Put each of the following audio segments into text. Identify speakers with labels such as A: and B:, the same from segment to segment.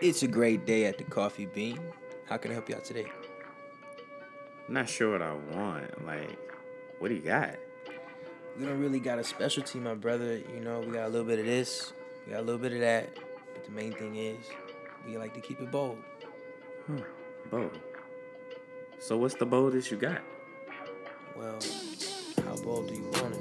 A: It's a great day at the Coffee Bean. How can I help you out today?
B: I'm not sure what I want. Like, what do you got?
A: We don't really got a specialty, my brother. You know, we got a little bit of this, we got a little bit of that. But the main thing is, we like to keep it bold.
B: Huh. Bold. So what's the boldest you got?
A: Well, how bold do you want it?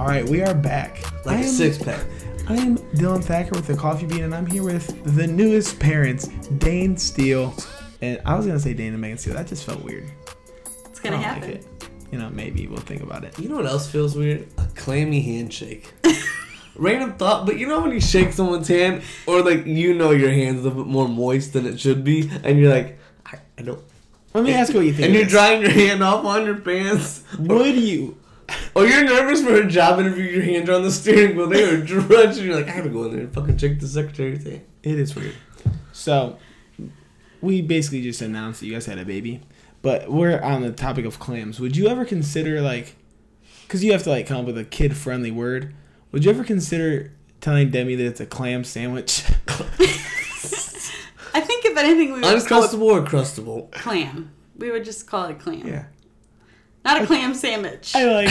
C: All right, we are back. I
D: Like a
C: am-
D: six pack.
C: I am Dylan Thacker with the Coffee Bean, and I'm here with the newest parents, Dane Steele. And I was gonna say Dane and Megan Steele. That just felt weird.
E: It's gonna
C: I don't
E: happen.
C: like it. You know, maybe we'll think about it.
D: You know what else feels weird? A clammy handshake. Random thought, but you know when you shake someone's hand, or like you know your hand's a little bit more moist than it should be, and you're like, I, I don't.
C: Let me ask you what you think.
D: And
C: of
D: you're
C: this.
D: drying your hand off on your pants,
C: Would you?
D: or you're nervous for a job interview. Your hands are on the steering wheel, they are drenched, and you're like, I gotta go in there and fucking check the secretary's hand.
C: It is weird. So, we basically just announced that you guys had a baby, but we're on the topic of clams. Would you ever consider like, because you have to like come up with a kid-friendly word? Would you ever consider telling Demi that it's a clam sandwich?
E: I think if anything, we would call it
D: Uncrustable or crustable?
E: clam. We would just call it clam.
C: yeah.
E: Not a clam sandwich.
C: I
E: I,
C: like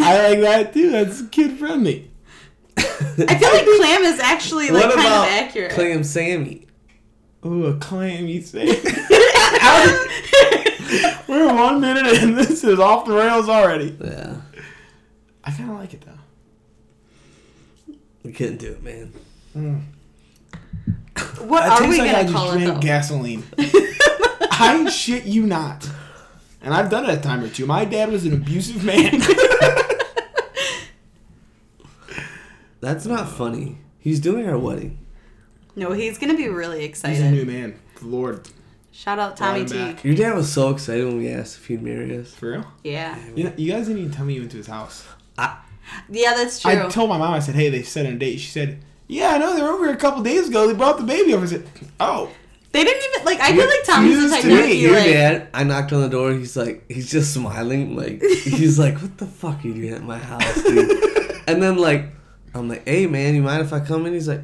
C: I like that too. That's kid friendly.
E: feel like clam is actually like
D: what
E: kind
D: about
E: of accurate.
D: clam sammy?
C: Ooh, a clammy sandwich. We're one minute and this is off the rails already.
D: Yeah,
C: I kind of like it though.
D: we couldn't do it, man.
E: what
C: It
E: are
C: tastes
E: we
C: like
E: gonna
C: I just
E: call it
C: drank
E: though?
C: gasoline. I shit you not. And I've done it a time or two. My dad was an abusive man.
D: That's not funny. He's doing our wedding.
E: no, he's gonna be really
C: He's a new
E: excited.
C: man. Lord,
E: Shout out Tommy
C: him
E: T.
C: back.
D: Your dad was so excited when we asked if he'd marry us.
C: for real.
E: Yeah,
C: You, know, you guys didn't even tell me you went to his house.
E: yeah, that's true.
C: I told my mom. I said, "Hey, they set a date." She said, "Yeah, I know. They were over here a couple days ago. They brought the baby over." I said, "Oh,
E: they didn't even like. I feel like Tommy's the type
D: Dude,
E: that would be
D: your
E: like,
D: dad, I knocked on the door. He's like, he's just smiling. Like, he's like, what the fuck are you doing at my house, dude? and then like, I'm like, hey man, you mind if I come in? He's like,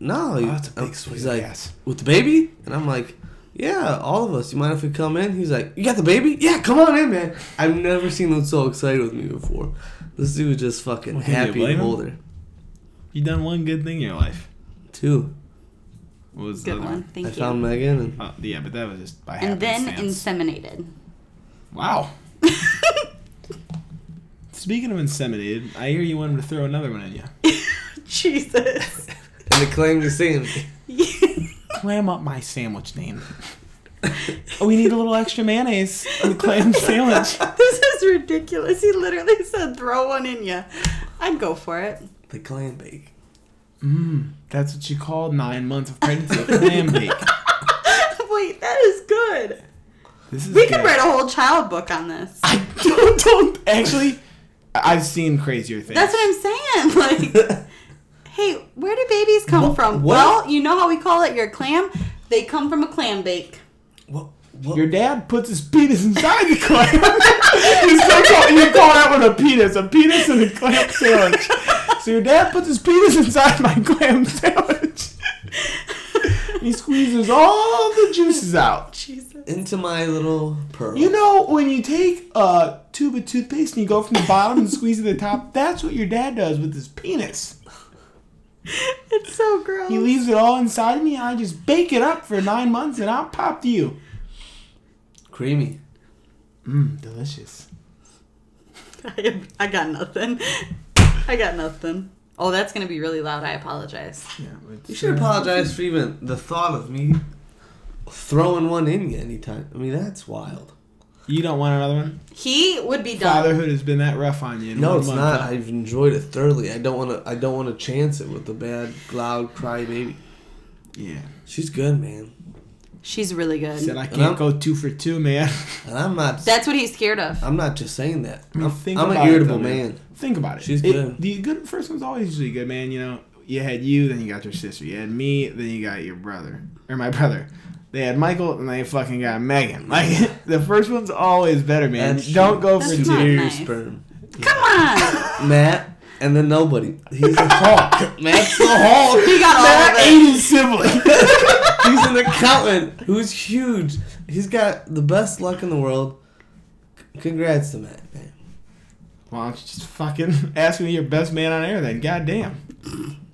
D: no. you-
C: Oh, that's a big
D: I'm-
C: swing
D: He's
C: of
D: like,
C: gas.
D: with the baby? And I'm like, yeah, all of us. You mind if we come in? He's like, you got the baby? Yeah, come on in, man. I've never seen them so excited with me before. This dude was just fucking
C: Well, can you
D: happy
C: blame
D: and
C: him?
D: older.
C: you done one good thing in your life."
D: Two.
C: What was the
E: good
C: other
E: one,
C: one?
E: thank
D: I
E: you.
D: found Megan and
C: Oh, yeah, but that was just by
E: and then
C: happenstance.
E: inseminated.
C: wow. Speaking of inseminated, I hear you wanted to throw another one at you.
E: Jesus.
D: and the claim to see him.
C: Clam up my sandwich name. we need a little extra mayonnaise on the clam sandwich.
E: this is ridiculous. He literally said, "Throw one in ya." I'd go for it.
D: The clam bake.
C: Mmm, that's what you call nine months of pregnancy, a clam bake.
E: Wait, that is good.
C: This is
E: We could
C: good.
E: write a whole child book on this.
C: I don't, don't actually. I- I've seen crazier things.
E: That's what I'm saying. Like, hey, where do babies come
D: What-
E: from?
D: what-
E: Well, you know how we call it your clam? They come from a clam bake.
D: What? What?
C: Your dad puts his penis inside the clam. you, still call, you call that one a penis. A penis and a clam sandwich. So your dad puts his penis inside my clam sandwich. he squeezes all the juices out.
E: Jesus.
D: into my little pearl.
C: You know, when you take a tube of toothpaste and you go from the bottom and squeeze to the top, that's what your dad does with his penis.
E: It's so
C: He
E: gross.
C: leaves it all inside me and I just bake it up for nine months and out popped you.
D: creamy.
C: Mmm, delicious.
E: I, I got nothing. I got nothing. Oh, that's going to be really loud. I apologize.
C: Yeah,
D: You should apologize for even the thought of me throwing one in you anytime. I mean, that's wild.
C: You don't want another one?
E: He would be done.
C: fatherhood has been that rough on you. in
D: No,
C: one
D: it's
C: month,
D: not.
C: huh?
D: I've enjoyed it thoroughly. I don't want to. I don't want to chance it with a bad, loud cry baby.
C: Yeah.
D: She's good, man,
E: She's really good.
C: Said I
D: And
C: can't
D: I'm-
C: go two for two, man.
D: and I'm not.
E: That's what he's scared of.
D: I'm not just saying that.
C: I mean,
D: I'm,
C: think
D: I'm
C: about
D: an
C: it,
D: irritable
C: though,
D: man.
C: Think about it.
D: She's
C: It-
D: good.
C: The good first one's always usually good, man. You know, you had you, then you got your sister. You had me, then you got your brother or my brother. They had Michael, and they fucking got Megan. Like the first one's always better, man.
D: That's
C: Don't
D: true.
C: go
E: That's
C: for
E: not
C: two.
E: nice.
D: Sperm.
E: Come on.
D: Matt, and then nobody. He's a Hulk. Matt's the Hulk.
E: He got all
D: Matt
E: of it.
D: Aiden's sibling. He's an accountant who's huge. He's got the best luck in the world. C- Congrats to Matt. man.
C: Why don't you just fucking ask me your best man on air then? Goddamn.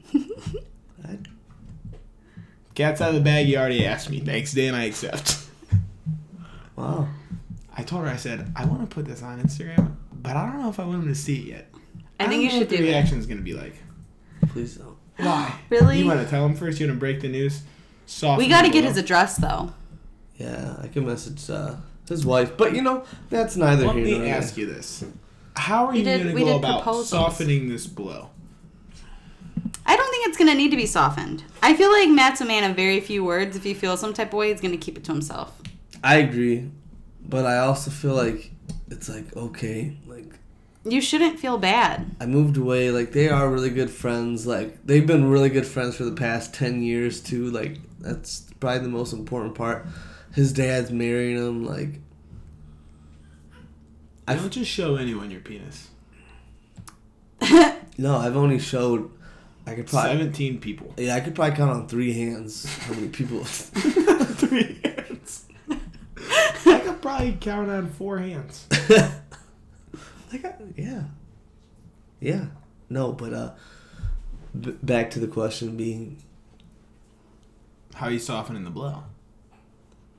C: Cat's out of the bag, you already asked me. Next day and I accept.
D: Wow.
C: I told her, I said, I want to put this on Instagram, but I don't know if I want him to see it yet.
E: I
C: don't
E: think you
C: know
E: should
C: what the
E: do it.
C: reaction is going to be like.
D: Please don't.
C: Why?
E: Really?
C: You want to tell him first? You want to break the news? Soft.
E: We got to get his address though.
D: Yeah, I can message uh, his wife, but you know that's neither
C: Let
D: here nor
C: me
D: there.
C: ask you this. How are
E: We
C: you
E: did-
C: going to
E: we
C: go
E: did
C: about
E: proposals.
C: softening this blow?
E: I don't think it's gonna need to be softened. I feel like Matt's a man of very few words. If he feels some type of way, he's gonna keep it to himself.
D: I agree, but I also feel like it's like okay, like
E: You shouldn't feel bad.
D: I moved away. Like they are really good friends. Like they've been really good friends for the past ten years too. Like that's probably the most important part. His dad's marrying him. Like I-
C: don't just show anyone your penis.
D: no, I've only showed. I could probably
C: 17 people.
D: yeah, I could probably count on three hands how many people.
C: Three hands. I could probably count on four hands.
D: I got uh, yeah, yeah. No, but uh, b- back to the question being
C: How are you softening the blow?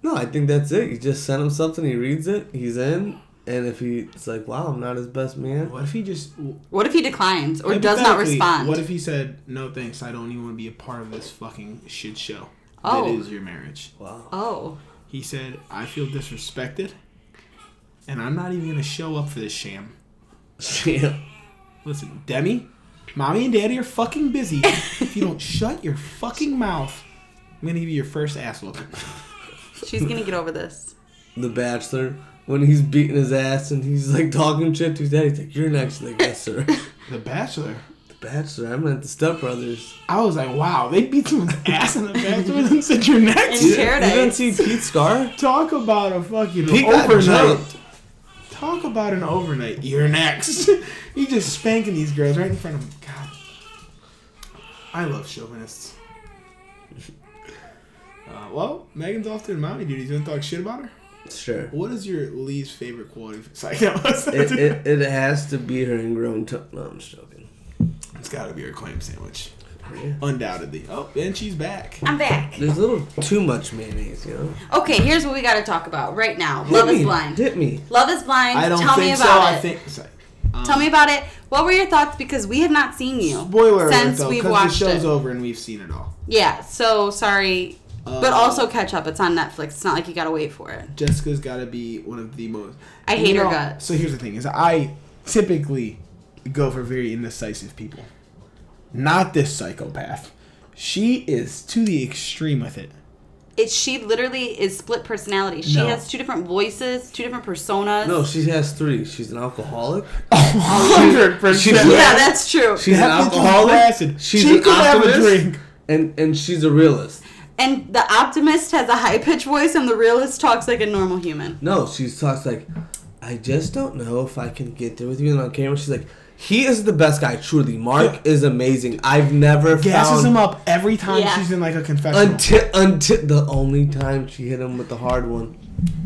D: No, I think that's it. You just send him something, he reads it, he's in, and if he's like, "Wow, I'm not his best man,"
C: What if he just
E: What if he declines or does not
C: Hypothetically,
E: respond?
C: What if he said, "No, thanks. I don't even want to be a part of this fucking shit show
E: Oh.
C: that is your marriage."
D: wow,
E: oh,
C: He said, "I feel disrespected, and I'm not even gonna show up for this sham."
D: shit.
C: Listen, Demi, mommy and daddy are fucking busy. if you don't shut your fucking mouth, I'm gonna give you your first ass whooping.
E: she's gonna get over this.
D: The Bachelor, when he's beating his ass and he's like talking shit to his dad, he's like, "You're next." He's like, yes, sir.
C: The Bachelor.
D: the Bachelor. I'm at the Step Brothers.
C: I was like, "Wow, they beat someone's ass in the Bachelor and said you're next."
E: In
D: You
E: paradise.
D: didn't see Pete Scar?
C: Talk about a fucking
D: He got
C: overnight.
D: jumped.
C: Talk about an overnight. You're next. you just spanking these girls right in front of them. God. I love chauvinists. Uh, well, Megan's off doing mommy duties. You want to talk shit about her?
D: Sure.
C: What is your least favorite quality? It's like, no, it's-
D: It, it, it has to be her ingrown tongue. No, I'm just joking.
C: it's got to be her clam sandwich.
D: Yeah.
C: Undoubtedly. Oh, and she's back.
E: I'm back.
D: There's a little too much mayonnaise, you know.
E: Okay, here's what we gotta talk about right now. Love
D: Hit
E: is
D: me,
E: blind.
D: Hit me.
E: Love is blind.
C: I don't
E: Tell
C: think
E: me about
C: so.
E: it.
C: I think. it's like, um,
E: Tell me about it. What were your thoughts? Because we have not seen you
C: Spoiler alert,
E: since
C: though,
E: we've
C: because
E: watched
C: the show's
E: it.
C: over and we've seen it all.
E: Yeah. So sorry, but
C: Uh,
E: also catch up. It's on Netflix. It's not like you gotta wait for it.
C: Jessica's got to be one of the most.
E: I
C: You
E: hate her
C: know,
E: guts.
C: So here's the thing: is I typically go for very indecisive people. Not this psychopath. She is to the extreme with it.
E: It's she literally is split personality. She
C: No.
E: has two different voices, two different personas.
D: No, she has three. She's an alcoholic.
E: Oh,
C: Hundred
D: she's-
E: yeah, that's true.
D: She's an alcoholic. She's
C: she
D: an
C: could have a
D: optimist.
C: drink.
D: and and she's a realist.
E: and the optimist has a high pitched voice, and the realist talks like a normal human.
D: No, she talks like, I just don't know if I can get there with you and on camera. She's like, he is the best guy. Truly, Mark is amazing. I've never
C: Gasses
D: found
C: him up every time
E: Yeah.
C: she's in like a confessional.
D: until until the only time she hit him with the hard one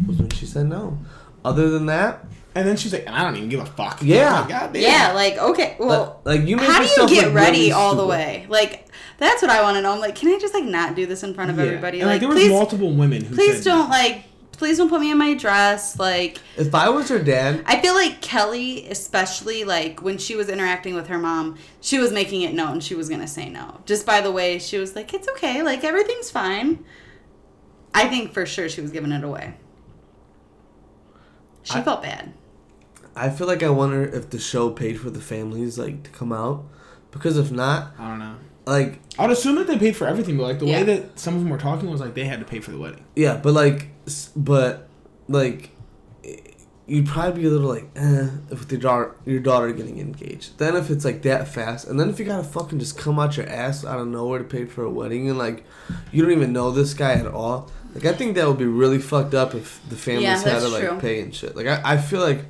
D: was when she said no. Other than that,
C: and then she's like, I don't even give a fuck.
D: Yeah.
C: God damn.
E: Yeah, like okay, well,
D: like, you make
E: how do you
D: yourself
E: get
D: look
E: ready
D: really
E: all the
D: stupid.
E: way? Like that's what I want to know. I'm like, can I just like not do this in front of
D: Yeah.
E: everybody?
C: And like,
E: Like,
C: there was
E: please,
C: multiple women who
E: please
C: said,
E: don't like, please don't put me in my dress. Like,
D: if I was her dad,
E: I feel like Kelly, especially like when she was interacting with her mom, she was making it known she was gonna say no. Just by the way she was like, "It's okay, like everything's fine." I think for sure she was giving it away. She
D: I-
E: felt bad.
D: I feel like I wonder if the show paid for the families like to come out, because if not,
C: I don't know.
D: like
C: I'd assume that they paid for everything, but like the
E: Yeah.
C: way that some of them were talking was like they had to pay for the wedding.
D: Yeah, but like, s- but like, you'd probably be a little like, eh, with your daughter, your daughter getting engaged. Then if it's like that fast, and then if you gotta fucking just come out your ass out of nowhere to pay for a wedding, and like, you don't even know this guy at all. Like, I think that would be really fucked up if the families
E: Yeah,
D: had
E: that's
D: to like
E: true.
D: pay and shit. Like, I, I feel like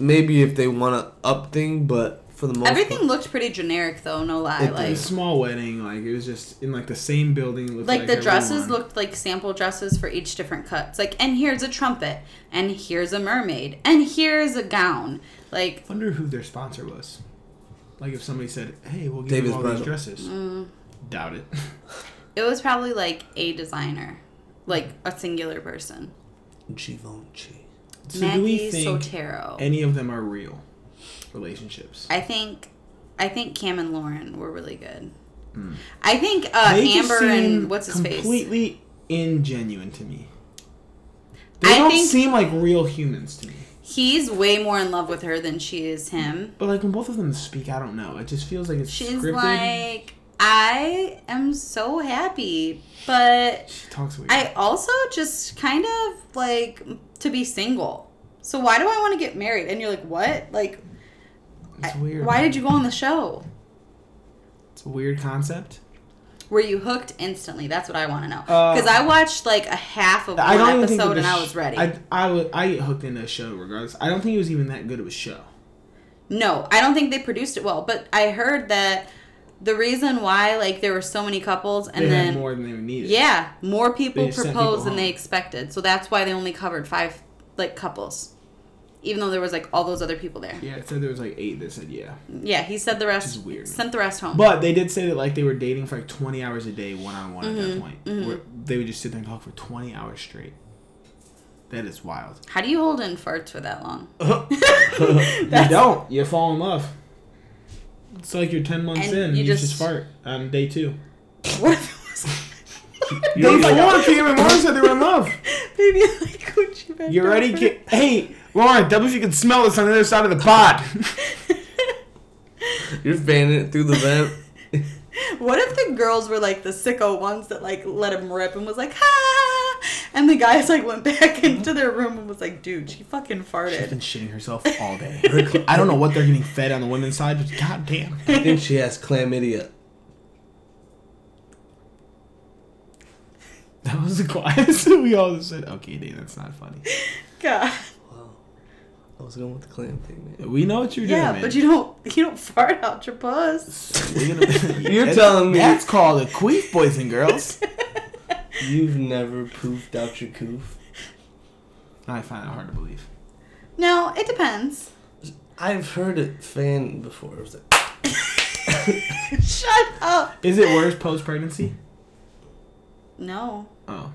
D: maybe if they want to up thing, but for the most
E: Everything
D: part.
E: looked pretty generic though, no lie.
D: It
C: A
E: like
C: small wedding, like it was just in like the same building. Looked
E: like, the dresses
C: everyone.
E: looked like sample dresses for each different cuts. Like and here's a trumpet, and here's a mermaid, and here's a gown. Like
C: Wonder who their sponsor was. Like if somebody said, "Hey, we'll give
D: David's
C: you all
D: brother.
C: these dresses."
E: Mm.
C: Doubt it.
E: it was probably like a designer, like a singular person.
D: Givenchy.
C: So do we
E: Maggie
C: think
E: Sotero.
C: any of them are real relationships?
E: I think I think Cam and Lauren were really good. I think uh,
C: They just
E: Amber
C: seem
E: and what's his face.
C: completely ingenuine to me. They
E: I
C: don't
E: think-
C: seem like real humans to me.
E: He's way more in love with her than she is him.
C: But like when both of them speak, I don't know. It just feels like it's
E: She's
C: scripted.
E: like, I am so happy, but
C: she talks weird.
E: I also just kind of like to be single. So why do I want to get married? And you're like, what? Like,
C: it's
E: I-
C: weird.
E: why did you go on the show?
C: It's a weird concept.
E: Were you hooked instantly? That's what I want to know.
C: Uh,
E: Because I watched like a half of one
C: I don't even think it
E: episode
C: was
E: and I
C: sh-
E: was ready.
C: I I wa- I get hooked into a show regardless. I don't think it was even that good of a show.
E: No, I don't think they produced it well. But I heard that the reason why like there were so many couples and
C: They
E: then
C: had more than they needed.
E: yeah, more people
C: They sent
E: proposed
C: people
E: than they
C: home.
E: expected. So that's why they only covered five like couples, even though there was like all those other people there.
C: Yeah, it said there was like eight that said yeah.
E: Yeah, he said the rest.
C: is weird.
E: Sent the rest home.
C: But they did say that like they were dating for like 20 hours a day, one on one at
E: Mm-hmm.
C: that point. Where they would just sit there and talk for 20 hours straight. That is wild.
E: How do you hold in farts for that long?
C: you don't. You fall in love. It's like you're 10 months
E: And
C: in.
E: you
C: You, just,
E: just-
C: fart on day two.
E: what if it
C: Day
E: was
C: four, Cam and Lauren said they were in love.
E: maybe like Gucci Mane?
C: You already get. Hey, Lauren, double if you can smell this on the other side of the pod.
D: You're fanning it through the vent.
E: What if the girls were like the sicko ones that like let him rip and was like ha, and the guys like went back into their room and was like, dude, she fucking
C: Mm-hmm. She's been
E: farted.
C: shitting herself all day. I don't know what they're getting fed on the women's side, but goddamn.
D: I think she has chlamydia.
C: That was the quietest that we all said. Okay, Dane, that's not funny.
E: God.
D: I was going with the clam thing, man.
C: We know what you're doing,
E: Yeah,
C: man.
E: but you don't you don't fart out your puss.
C: We're gonna-
D: You're
C: That's-
D: telling me-
C: that's called a queef, boys and girls.
D: You've never poofed out your coof.
C: I find it hard to believe.
E: No, it depends.
D: I've heard it fan before. It was like,
E: Shut up.
C: Is it worse post pregnancy?
E: No.
C: Oh,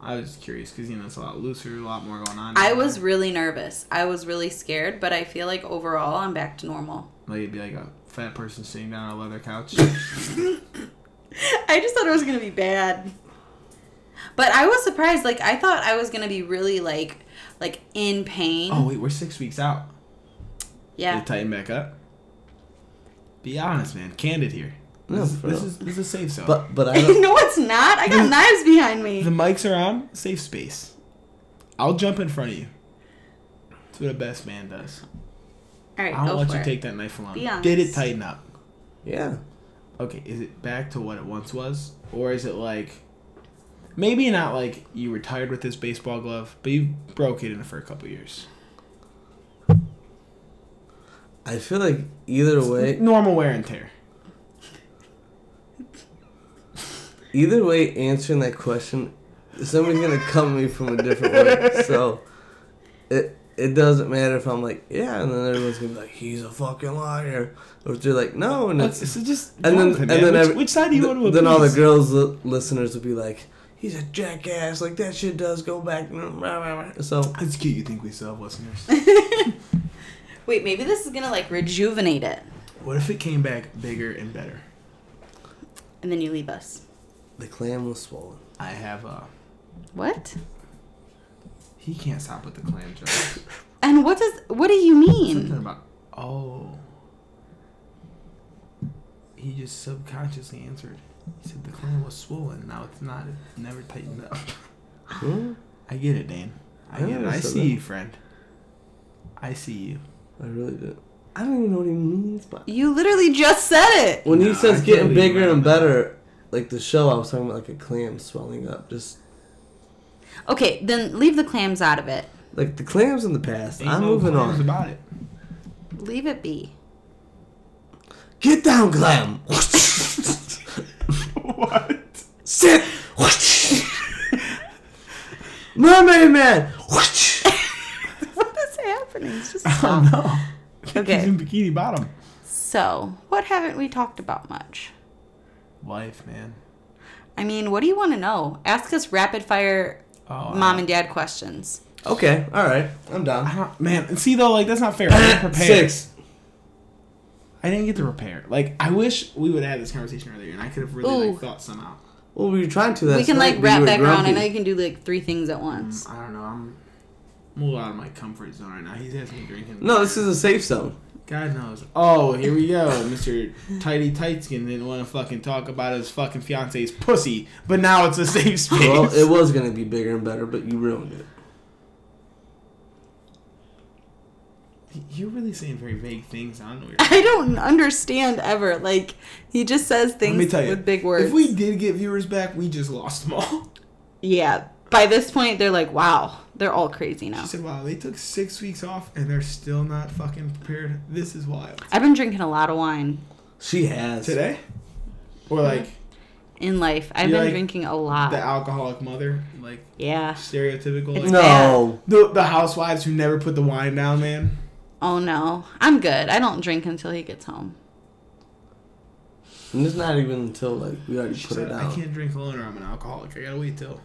C: I was just curious because you know it's a lot looser, a lot more going on.
E: I was really nervous. I was really scared, but I feel like overall I'm back to normal.
C: like it'd be like a fat person sitting down on a leather couch.
E: I just thought it was gonna be bad. But I was surprised. Like I thought I was gonna be really like like in pain.
C: oh wait, we're six weeks out.
E: yeah.
C: They tighten back up. Be honest, man. Candid here.
D: No,
C: This, is-
D: for
C: this
D: real.
C: is this is a safe zone.
D: but but I don't.
E: no, it's not. I got knives behind me.
C: the mics are on. Safe space. I'll jump in front of you. That's what a best man does.
E: All right,
C: I
E: go
C: don't let
E: for
C: you
E: it.
C: take that knife alone.
E: Be honest.
C: Did it tighten up?
D: yeah.
C: okay, is it back to what it once was? Or is it like maybe not like you were tired with this baseball glove, but you broke it in for a couple years.
D: I feel like either way,
C: Normal wear and tear.
D: either way, answering that question, somebody's gonna come at me from a different way. So it it doesn't matter if I'm like yeah, and then everyone's gonna be like he's a fucking liar, or if they're like no, and it's
C: Let's, so just
D: and
C: go
D: then
C: with it,
D: and
C: man.
D: then
C: which,
D: every-
C: which side do you
D: th-
C: want to
D: then all the
C: appease?
D: girls li- listeners will be like he's a jackass, like that shit does go back. So
C: It's cute you think we still have listeners.
E: Wait, maybe this is gonna like rejuvenate it,
C: what if it came back bigger and better?
E: and then you leave us.
D: the clam was swollen.
C: I have uh
E: What?
C: he can't stop with the clam jokes.
E: And what does? What do you mean?
C: Something about oh he just subconsciously answered. He said the clam was swollen. Now it's not. It never tightened up.
D: Hmm?
C: I get it, Dan. I
D: I
C: get it. I
D: understand
C: see
D: that.
C: you, friend. I see you.
D: I really did. I don't even know what he means by.
E: You literally just said it.
D: When he
C: No,
D: says
C: I
D: getting
C: totally
D: bigger
C: agree
D: and
C: with that.
D: better, like the show, I was talking about like a clam swelling up. Just
E: Okay, then leave the clams out of it.
D: like the clams in the past. I'm moving on.
C: about it.
E: Leave it be.
D: Get down, Glam.
C: What?
D: Sit. Mermaid Man.
E: What is happening? It's just
C: Oh no. He's
E: Okay.
C: in Bikini Bottom.
E: So, what haven't we talked about much?
C: Life, man.
E: I mean, what do you want to know? Ask us rapid fire
C: Oh,
E: mom and dad questions.
D: okay, all right, I'm
C: I
D: down.
C: don't, man, see though, like that's not fair. I didn't prepare.
D: Six.
C: I didn't get to prepare. Like I wish we would have had this conversation earlier, and I could have really
E: Ooh.
C: like thought some out.
D: Well, we were trying to. Last
E: we can
D: night,
E: like
D: but you
E: wrap
D: were
E: back around. I
D: grumpy.
E: know you can do like three things at once.
C: I don't know. I'm, I'm a little out of my comfort zone right now. He's asking me to drink him.
D: No, this is a safe zone.
C: God knows. Oh, here we go. Mr. Tidy Tightskin didn't want to fucking talk about his fucking fiance's pussy, but now it's a safe space.
D: Well, it was gonna be bigger and better, but you ruined it.
C: You're really saying very vague things. I don't know. What you're-
E: I don't understand ever. Like he just says
C: Let
E: things
C: me tell you.
E: with big words.
C: If we did get viewers back, we just lost them all.
E: yeah. By this point, they're like, "Wow, they're all crazy now."
C: She said, "Wow, they took six weeks off and they're still not fucking prepared. This is wild."
E: I've been drinking a lot of wine
D: She has.
C: Today, or like
E: in life. I've
C: You
E: been
C: like
E: drinking a lot.
C: the alcoholic mother, like
E: yeah.
C: stereotypical,
E: Uh,
C: like,
E: It's
D: No.
C: the the housewives who never put the wine down, man.
E: Oh no, I'm good. I don't drink until he gets home.
D: And it's not even until like we already
C: She
D: put
C: said,
D: it
C: "I
D: down.
C: can't drink alone, or I'm an alcoholic. I gotta wait till."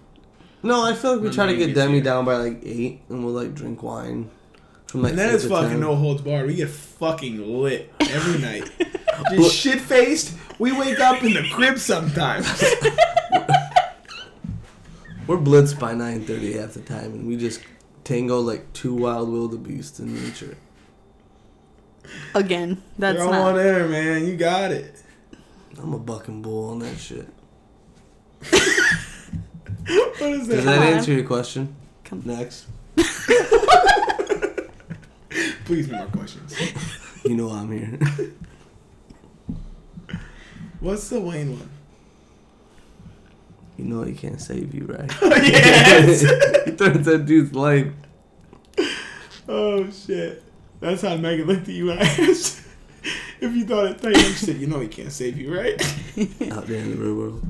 D: No, I feel like we
C: No,
D: try to
C: no,
D: get
C: you can
D: Demi
C: see it.
D: down by like eight, and we'll like drink wine from like.
C: And then
D: eight
C: it's
D: to
C: fucking
D: 10.
C: no holds barred. We get fucking lit every night. Just shit faced. We wake up in the crib sometimes.
D: We're blitzed by nine thirty half the time, and we just tango like two wild wildebeest in nature.
E: Again, that's
C: Throw
E: not.
C: one in there, man. You got it.
D: I'm a bucking bull on that shit.
C: What is that?
D: Does that
E: on.
D: answer your question?
E: Come-
D: Next,
C: Please, no more questions.
D: you know I'm here.
C: What's the Wayne one?
D: you know he can't save you, right?
C: yes.
D: he turns that dude's life.
C: Oh shit. That's how Megan looked at you when I asked if you thought it tight. She said, "You know he can't save you, right?"
D: out there in the real world.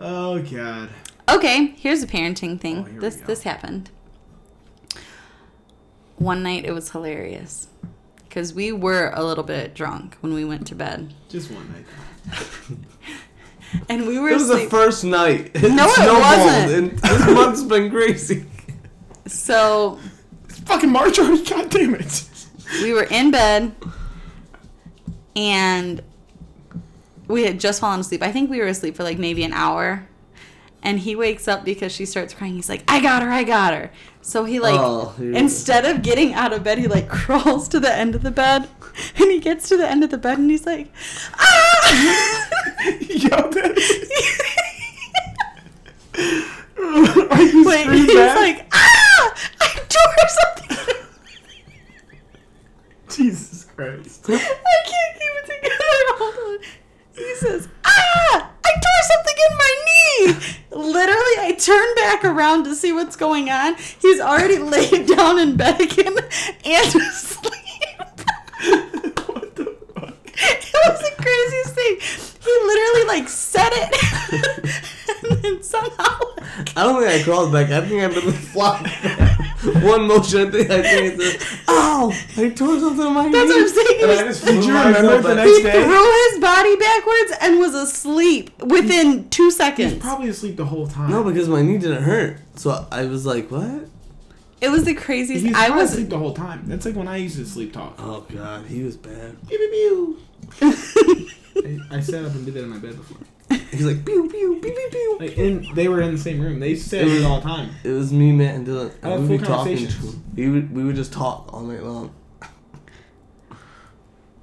C: Oh god.
E: Okay, here's a parenting
C: Oh,
E: thing.
C: here we
E: this
C: go.
E: this happened. One night it was hilarious because we were a little bit drunk when we went to bed,
C: Just one night.
E: and we were
D: It was the
E: asleep.
D: first night. It
E: No, it
D: snowballed,
E: wasn't.
D: And this month's been crazy.
E: so
C: It's fucking March already. God damn it.
E: we were in bed, and we had just fallen asleep. I think we were asleep for like maybe an hour. And he wakes up because she starts crying. He's like, "I got her, I got her." So he like
D: Oh, yeah.
E: instead of getting out of bed, he like crawls to the end of the bed, and he gets to the end of the bed, and he's like, "Ah!"
C: Yo, that- Are you
E: Wait,
C: screaming
E: he's
C: back?
E: like, "Ah! I tore something.
C: Jesus Christ.
E: I can't keep it together. Hold on." He says, "Ah! I tore something in my knee." Literally, I turn back around to see what's going on. He's already laid down in bed again and asleep.
C: what the fuck?
E: it was the craziest thing. He literally like said it, and then somehow
D: I don't think I crawled back. I think I literally flopped. One motion. I think I think it's just, ow! I tore something in my
E: that's what I'm
D: knee.
E: saying. He,
D: And I
E: was-
D: just
C: Did you
D: flew myself
C: remember it the
D: back.
C: next
E: he
C: day?
E: threw his body backwards and was asleep within two seconds.
C: Probably asleep the whole time.
D: No, because my knee didn't hurt. So I was like, what?
E: It was the craziest.
C: He's
E: I
C: probably
E: was
C: asleep the whole time. That's like when I used to sleep talk.
D: Oh god, he was bad.
C: Pew, pew, pew. I, I sat up and did that in my bed before.
D: He's like, pew, pew, pew, pew, pew.
C: Like, in, they were in the same room. They said it all the time.
D: It was me, Matt, and Dylan.
C: I had
D: And we'd be
C: full
D: talking.
C: conversations.
D: We would, we would just talk all night long.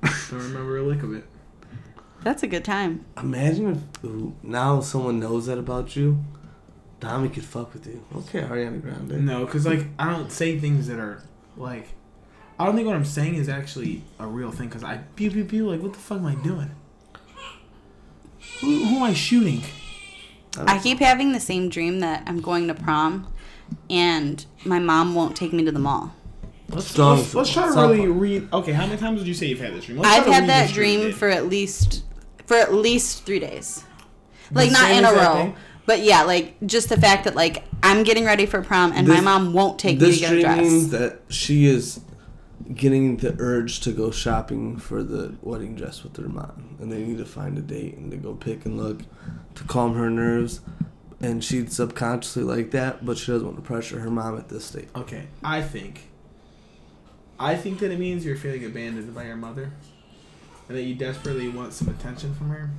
C: Don't remember a lick of it.
E: That's a good time.
D: Imagine if ooh, now someone knows that about you. Tommy could fuck with you. Okay, Ariana Grande.
C: No, because like I don't say things that are like. I don't think what I'm saying is actually a real thing. Because I pew pew pew. Like, what the fuck am I doing? Who, who am I shooting? Oh.
E: I keep having the same dream that I'm going to prom, and my mom won't take me to the mall.
C: Let's,
D: Strong
C: let's, let's try to
D: South
C: really
D: Park.
C: read. Okay, how many times would you say you've had this dream? Let's
E: I've
C: try to
E: had
C: read
E: that
C: this you
E: dream
C: did.
E: for at least for at least three days, like
C: The
E: not
C: same
E: in a
C: exact
E: row,
C: thing?
E: but yeah, like just the fact that like I'm getting ready for prom and my
D: This-
E: mom won't take me
D: This
E: to get a
D: dream means
E: dress.
D: that she is getting the urge to go shopping for the wedding dress with her mom, and they need to find a date and to go pick and look to calm her nerves. And she'd subconsciously like that, but she doesn't want to pressure her mom at this stage.
C: Okay, I think. I think that it means you're feeling abandoned by your mother, and that you desperately want some attention from her,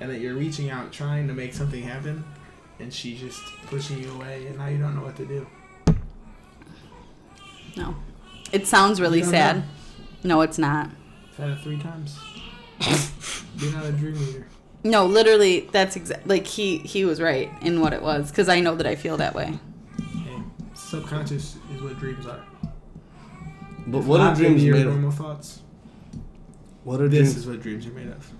C: and that you're reaching out trying to make something happen, and she's just pushing you away, and now you don't know what to do.
E: No, it sounds really
C: You don't
E: sad.
C: know.
E: No, it's not.
C: I've had it three times. you're not a dream reader.
E: No, literally, that's exact. Like he he was right in what it was because I know that I feel that way.
C: Hey, subconscious is what dreams are.
D: But what are
C: Not maybe
D: dreams
C: your
D: made of?
C: normal thoughts?
D: What are
C: This
D: dreams?
C: is what dreams are made of.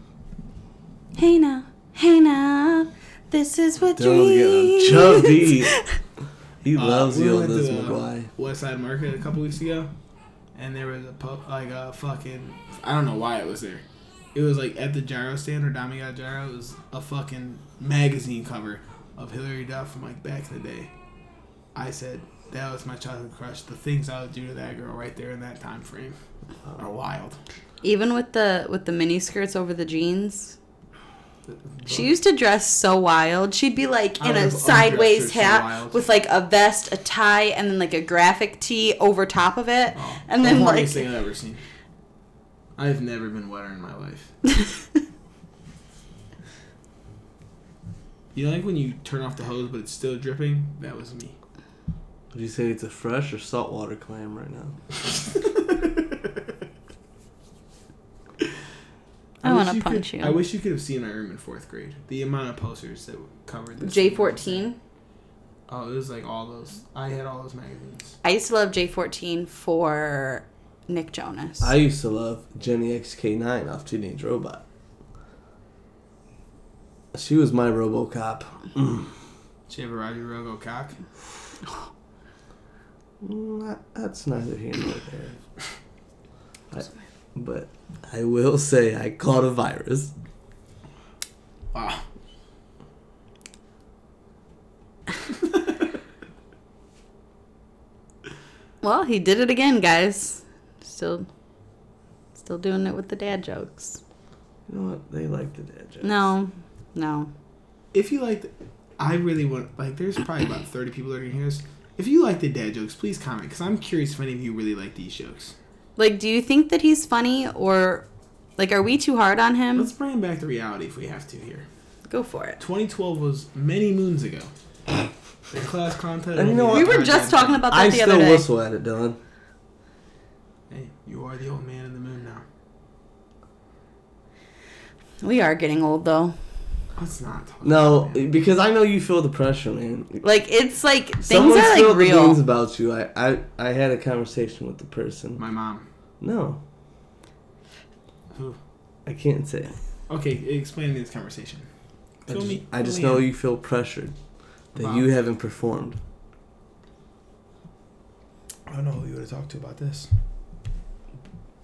E: Hey now, hey now, this is what
D: Don't get him.
E: dreams.
D: Chubb D. He
C: Uh,
D: loves
C: we
D: you on
C: went
D: this
C: to, uh,
D: McGuire.
C: West Side Market a couple weeks ago, and there was a pub, like a fucking I don't know why it was there. It was like at the gyro stand or Dami got gyro. It was a fucking magazine cover of Hillary Duff from like back in the day. I said that was my childhood crush. The things I would do to that girl right there in that time frame are wild.
E: Even with the with the mini skirts over the jeans. She used to dress so wild. She'd be like
C: I
E: in a
C: would've overdressed her
E: sideways
C: so
E: hat
C: wild.
E: with like a vest, a tie, and then like a graphic tee over top of it. and
C: Oh. The
E: then like
C: horniest thing I've ever seen. I've never been wetter in my life. you know, like when you turn off the hose but it's still dripping? That was me.
D: Would you say it's a fresh or saltwater clam right now?
E: I wanna
C: wish
E: punch
C: could-
E: you.
C: I wish you could have seen my room in fourth grade. The amount of posters that covered this.
E: J fourteen.
C: Oh, it was like all those. I had all those magazines.
E: I used to love J fourteen for Nick Jonas.
D: I used to love Jenny XK9 off Teenage Robot. She was my RoboCop.
C: Did you have a Roger Rogo cock?
D: Mm, that- That's neither here nor there. I- but I will say I caught a virus.
C: Wow.
E: well, he did it again, guys. Still still doing it with the dad jokes.
D: You know what? They like the dad jokes.
E: No. No.
C: If you like, I really want. Like, there's probably about 30 people that are going to hear this. If you like the dad jokes, please comment because I'm curious if any of you really like these jokes.
E: Like, do you think that he's funny or like are we too hard on him?
C: Let's bring back to reality if we have to here.
E: Go for it.
C: 2012 was many moons ago. The class content.
D: And you know what?
E: We were just talking about that
D: I
E: the
D: still
E: other day.
D: whistle at it, Dylan.
C: Hey, you are the old man in the moon now.
E: We are getting old though.
C: Let's not talk.
D: No,
C: about that.
D: because I know you feel the pressure, man.
E: Like it's like things
D: Someone
E: are
D: spilled
E: like
D: the
E: real.
D: beans about you. I, I, I had a conversation with the person.
C: my mom.
D: No,
C: Who?
D: I can't say. it.
C: Okay, explain this conversation.
D: I
C: Fill
D: just,
C: me-
D: I
C: fill
D: just
C: me
D: know
C: in.
D: you feel pressured that
C: Wow.
D: you haven't performed.
C: I don't know who you would have talked to about this.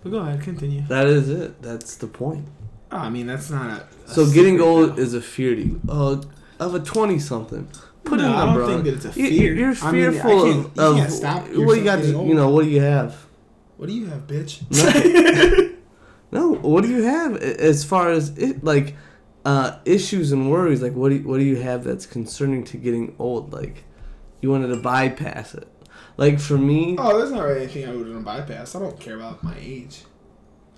C: But go ahead, continue.
D: That is it. That's the point.
C: Oh, I mean, that's not a. a
D: so getting
C: secret,
D: old
C: though.
D: is a fear to you. Oh, of a twenty something. Put
C: No,
D: a
C: I don't
D: number on
C: think
D: it.
C: that it's a
D: You-
C: fear.
D: You're
C: I mean, I
D: fearful
C: can't-
D: of,
C: you
D: of
C: can't stop
D: what you
C: yourself
D: got.
C: getting
D: To, you
C: old.
D: know what do you have?
C: What do you have, bitch?
D: No, what do you have a- as far as it like uh, issues and worries? Like, what do you, what do you have that's concerning to getting old? Like, you wanted to bypass it. Like for me,
C: Oh, there's not really anything I would have bypassed. I don't care about my age.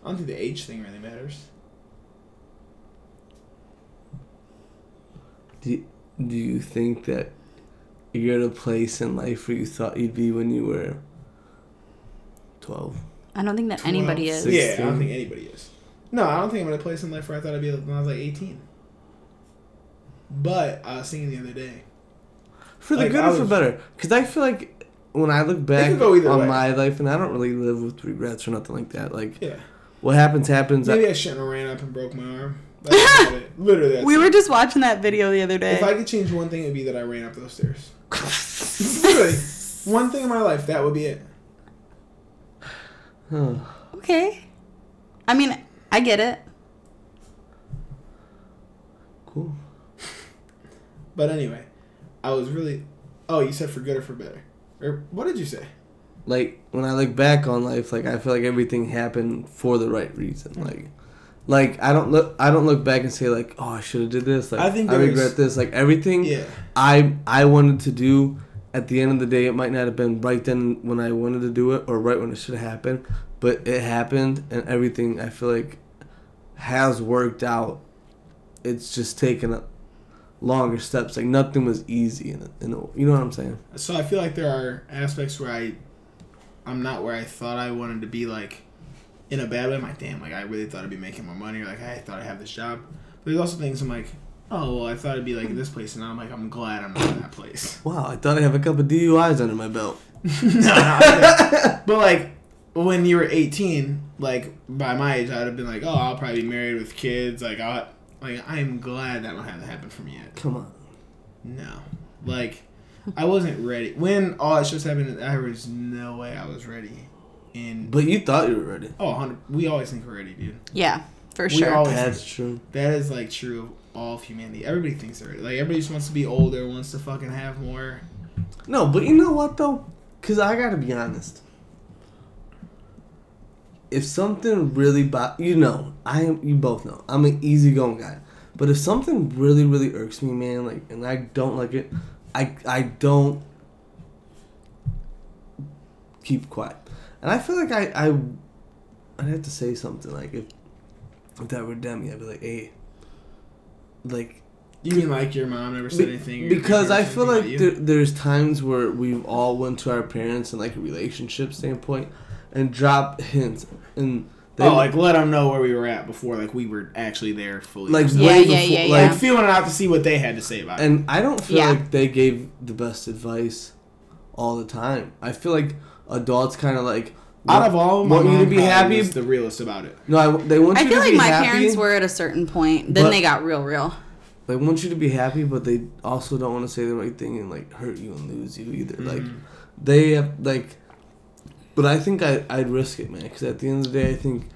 C: I don't think the age thing really matters.
D: do, do you think that you're at a place in life where you thought you'd be when you were twelve?
E: I don't think that anybody
C: Well,
E: is.
C: Yeah, I don't
D: 16.
C: think anybody is. No, I don't think I'm in a place in life where I thought I'd be when I was like 18. But I was singing the other day.
D: For the
C: Like,
D: good
C: I
D: or for
C: was-
D: better? Because I feel like when I look back
C: could go either
D: on
C: way.
D: my life, and I don't really live with regrets or nothing like that. Like,
C: Yeah.
D: what happens happens.
C: Maybe I shouldn't have ran up and broke my arm. That's about it. Literally, that's
E: We
C: it.
E: were just watching that video the other
C: If I
E: day.
C: could change one thing, it would be that I ran up those stairs. Literally, one thing in my life, that would be it.
D: Huh.
E: Okay. I mean, I get it.
D: Cool.
C: But anyway, I was really. Oh, you said for good or for better, or what did you say?
D: Like when I look back on life, like I feel like everything happened for the right reason. Like, like I don't look, I don't look back and say like, oh, I should have did this. Like,
C: I
D: I
C: think
D: think I
C: there
D: regret
C: is-
D: this. Like
E: Mm.
D: everything
C: Yeah.
D: I I wanted to do. At the end of the day, it might not have been right then when I wanted to do it, or right when it should have happened, but it happened, and everything I feel like has worked out. It's just taken a longer steps. Like nothing was easy, and you know what I'm saying.
C: So I feel like there are aspects where I, I'm not where I thought I wanted to be. Like, in a bad way, I'm like, damn, like I really thought I'd be making more money, or like I thought I'd have this job. But there's also things I'm like, oh well, I thought I'd be like in this place, and now I'm like, I'm glad I'm not in that place.
D: Wow, I thought I have a couple DUIs under my belt.
C: no, not that. but like when you were 18, like by my age, I'd have been like, oh, I'll probably be married with kids. Like I, like I'm glad that don't have to happen for me yet.
D: Come on.
C: No. Like, I wasn't ready. When all that shit's happened, there was no way I was ready. And,
D: But you thought you were ready.
C: oh, 100, we always think we're ready, dude.
E: Yeah, for
C: We
E: sure.
C: always
D: That's true.
C: That is, like, true of all of humanity. Everybody thinks they're ready. Like, everybody just wants to be older, wants to fucking have more.
D: No, but you know what though? Cause I gotta be honest. If something really bo- you know, I am you both know, I'm an easygoing guy. But if something really, really irks me, man, like and I don't like it, I I don't keep quiet. And I feel like I, I I'd have to say something like if if that were Demi, I'd be like, hey like
C: You mean, like, your mom never said
D: Be-
C: anything? or your
D: because
C: parents
D: I
C: said
D: feel like
C: anything
D: there,
C: about
D: there's times where we've all went to our parents and like a relationship standpoint and dropped hints and they
C: you? Oh, like, let them know where we were at before, like, we were actually there fully.
D: like
E: Yeah,
D: way
E: yeah,
D: before
E: yeah,
D: like
C: Like, feeling it out to see what they had to say about it.
D: and I don't feel
E: Yeah.
D: like they gave the best advice all the time. I feel like adults kind of like
C: Out of all, my
D: want you to
C: mom
D: be
C: probably
D: happy.
C: was the realest about it.
D: no, I, they want
E: I
D: you to
E: feel like
D: be
E: my
D: happy.
E: parents were at a certain point. Then
D: But-
E: they got real, real.
D: They want you to be happy, but they also don't want to say the right thing and like hurt you and lose you either. Like they have like, but I think I I'd risk it, man. Because at the end of the day, I think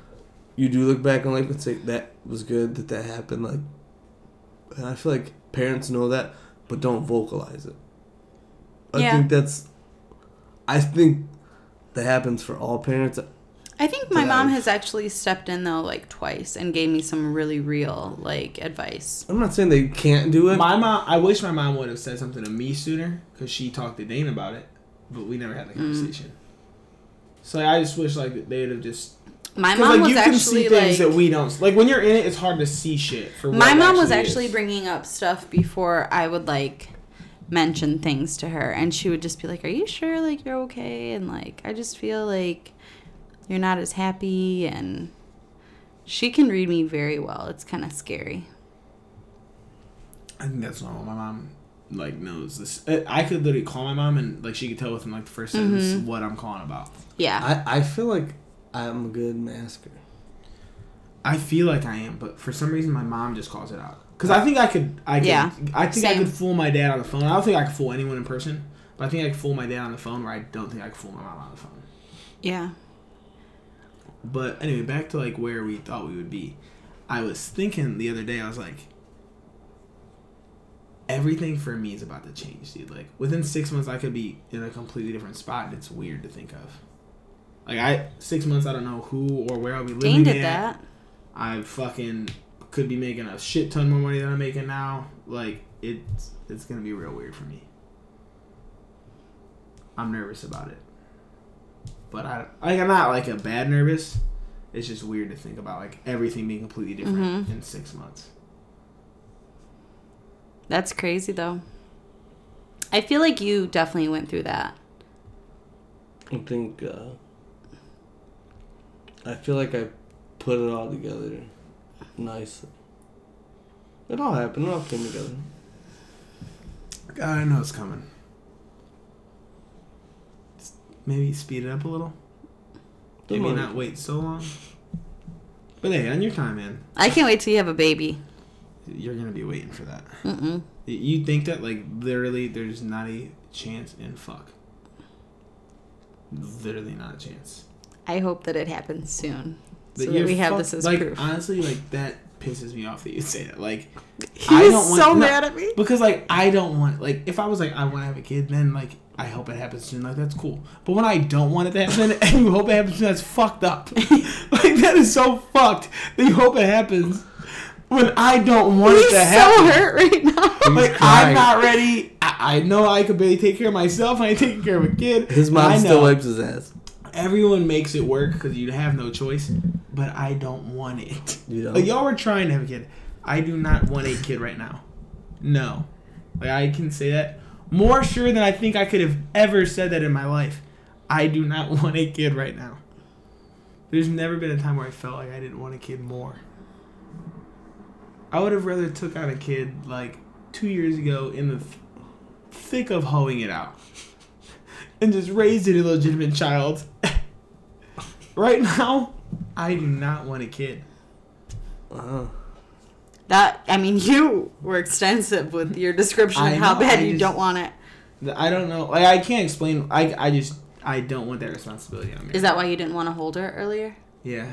D: you do look back on life and say that was good that that happened. Like, and I feel like parents know that, but don't vocalize it. I
E: Yeah.
D: think that's. I think that happens for all parents.
E: I think my
D: But
E: mom
D: I've-
E: has actually stepped in though like twice and gave me some really real like advice.
D: I'm not saying they can't do it.
C: My mom, I wish my mom would have said something to me sooner because she talked to Dane about it, but we never had the
E: Mm.
C: conversation. So like, I just wish like they would have just.
E: My
C: 'cause,
E: mom
C: like,
E: was
C: you can see
E: actually
C: things
E: like
C: that we don't like when you're in it. It's hard to see shit for. What
E: my
C: it
E: mom was
C: is.
E: actually bringing up stuff before I would like mention things to her and she would just be like, "Are you sure like you're okay?" and like, "I just feel like you're not as happy and she can read me very well. It's kind of scary.
C: I think that's normal. My mom like knows this. I- I could literally call my mom and like she could tell within like the 1st
E: Mm-hmm.
C: sentence what I'm calling about.
E: Yeah.
D: I I feel like I'm a good masker.
C: I feel like I am, but for some reason my mom just calls it out. Cause I think I could, I could,
E: Yeah,
C: I think I
E: same.
C: could fool my dad on the phone. I don't think I could fool anyone in person, but I think I could fool my dad on the phone. Where I don't think I could fool my mom on the phone.
E: yeah.
C: But anyway, back to like where we thought we would be. I was thinking the other day. I was like, everything for me is about to change, dude. Like within six months, I could be in a completely different spot. It's weird to think of. Like I six months, I don't know who or where I'll be living.
E: Dane did
C: at.
E: that.
C: I fucking could be making a shit ton more money than I'm making now. Like it's it's gonna be real weird for me. I'm nervous about it, but I like I'm not like a bad nervous. It's just weird to think about like everything being completely different in six months.
E: That's crazy though. I feel like you definitely went through that.
D: I think uh, I feel like I put it all together nicely. It all happened. It all came together.
C: God, I know it's coming. Just Maybe speed it up a little.
D: The
C: Maybe
D: money.
C: not wait so long. But hey, on your time, man.
E: I can't wait till you have a baby.
C: You're gonna be waiting for that.
E: Mm-mm.
C: Y- You think that like literally there's not a chance in fuck. Literally not a chance.
E: I hope that it happens soon.
C: That
E: So
C: you're
E: that we have
C: fuck-
E: this as
C: like,
E: proof.
C: Honestly, like that pisses me off that you say that. Like
E: He
C: I
E: was
C: don't want-
E: so
C: no.
E: mad at me.
C: because like I don't want like if I was like I want to have a kid, then like I hope it happens soon. Like that's cool. But when I don't want it to happen and you hope it happens soon, that's fucked up. like that is so fucked that you hope it happens when I don't want
E: He's
C: it
E: so
C: to happen.
E: hurt right now.
C: Like I'm
D: crying.
C: not ready. I, I know I could barely take care of myself. and I take care of a kid.
D: His
C: and I
D: mom still
C: know
D: wipes his ass.
C: everyone makes it work because you have no choice. But I don't want it.
D: You don't?
C: Like y'all were trying to have a kid. I do not want a kid right now. No, like I can say that more sure than I think I could have ever said that in my life. I do not want a kid right now. There's never been a time where I felt like I didn't want a kid more. I would have rather took out a kid like two years ago in the th- thick of hoeing it out and just raised an illegitimate child. right now, I do not want a kid.
D: Wow.
E: That I mean, you were extensive with your description
C: I
E: of how
C: know,
E: bad
C: I
E: you
C: just-
E: don't want it.
C: Th- I don't know. Like I can't explain. I I just I don't want that responsibility on me.
E: Is that why you didn't want to hold her earlier?
C: yeah.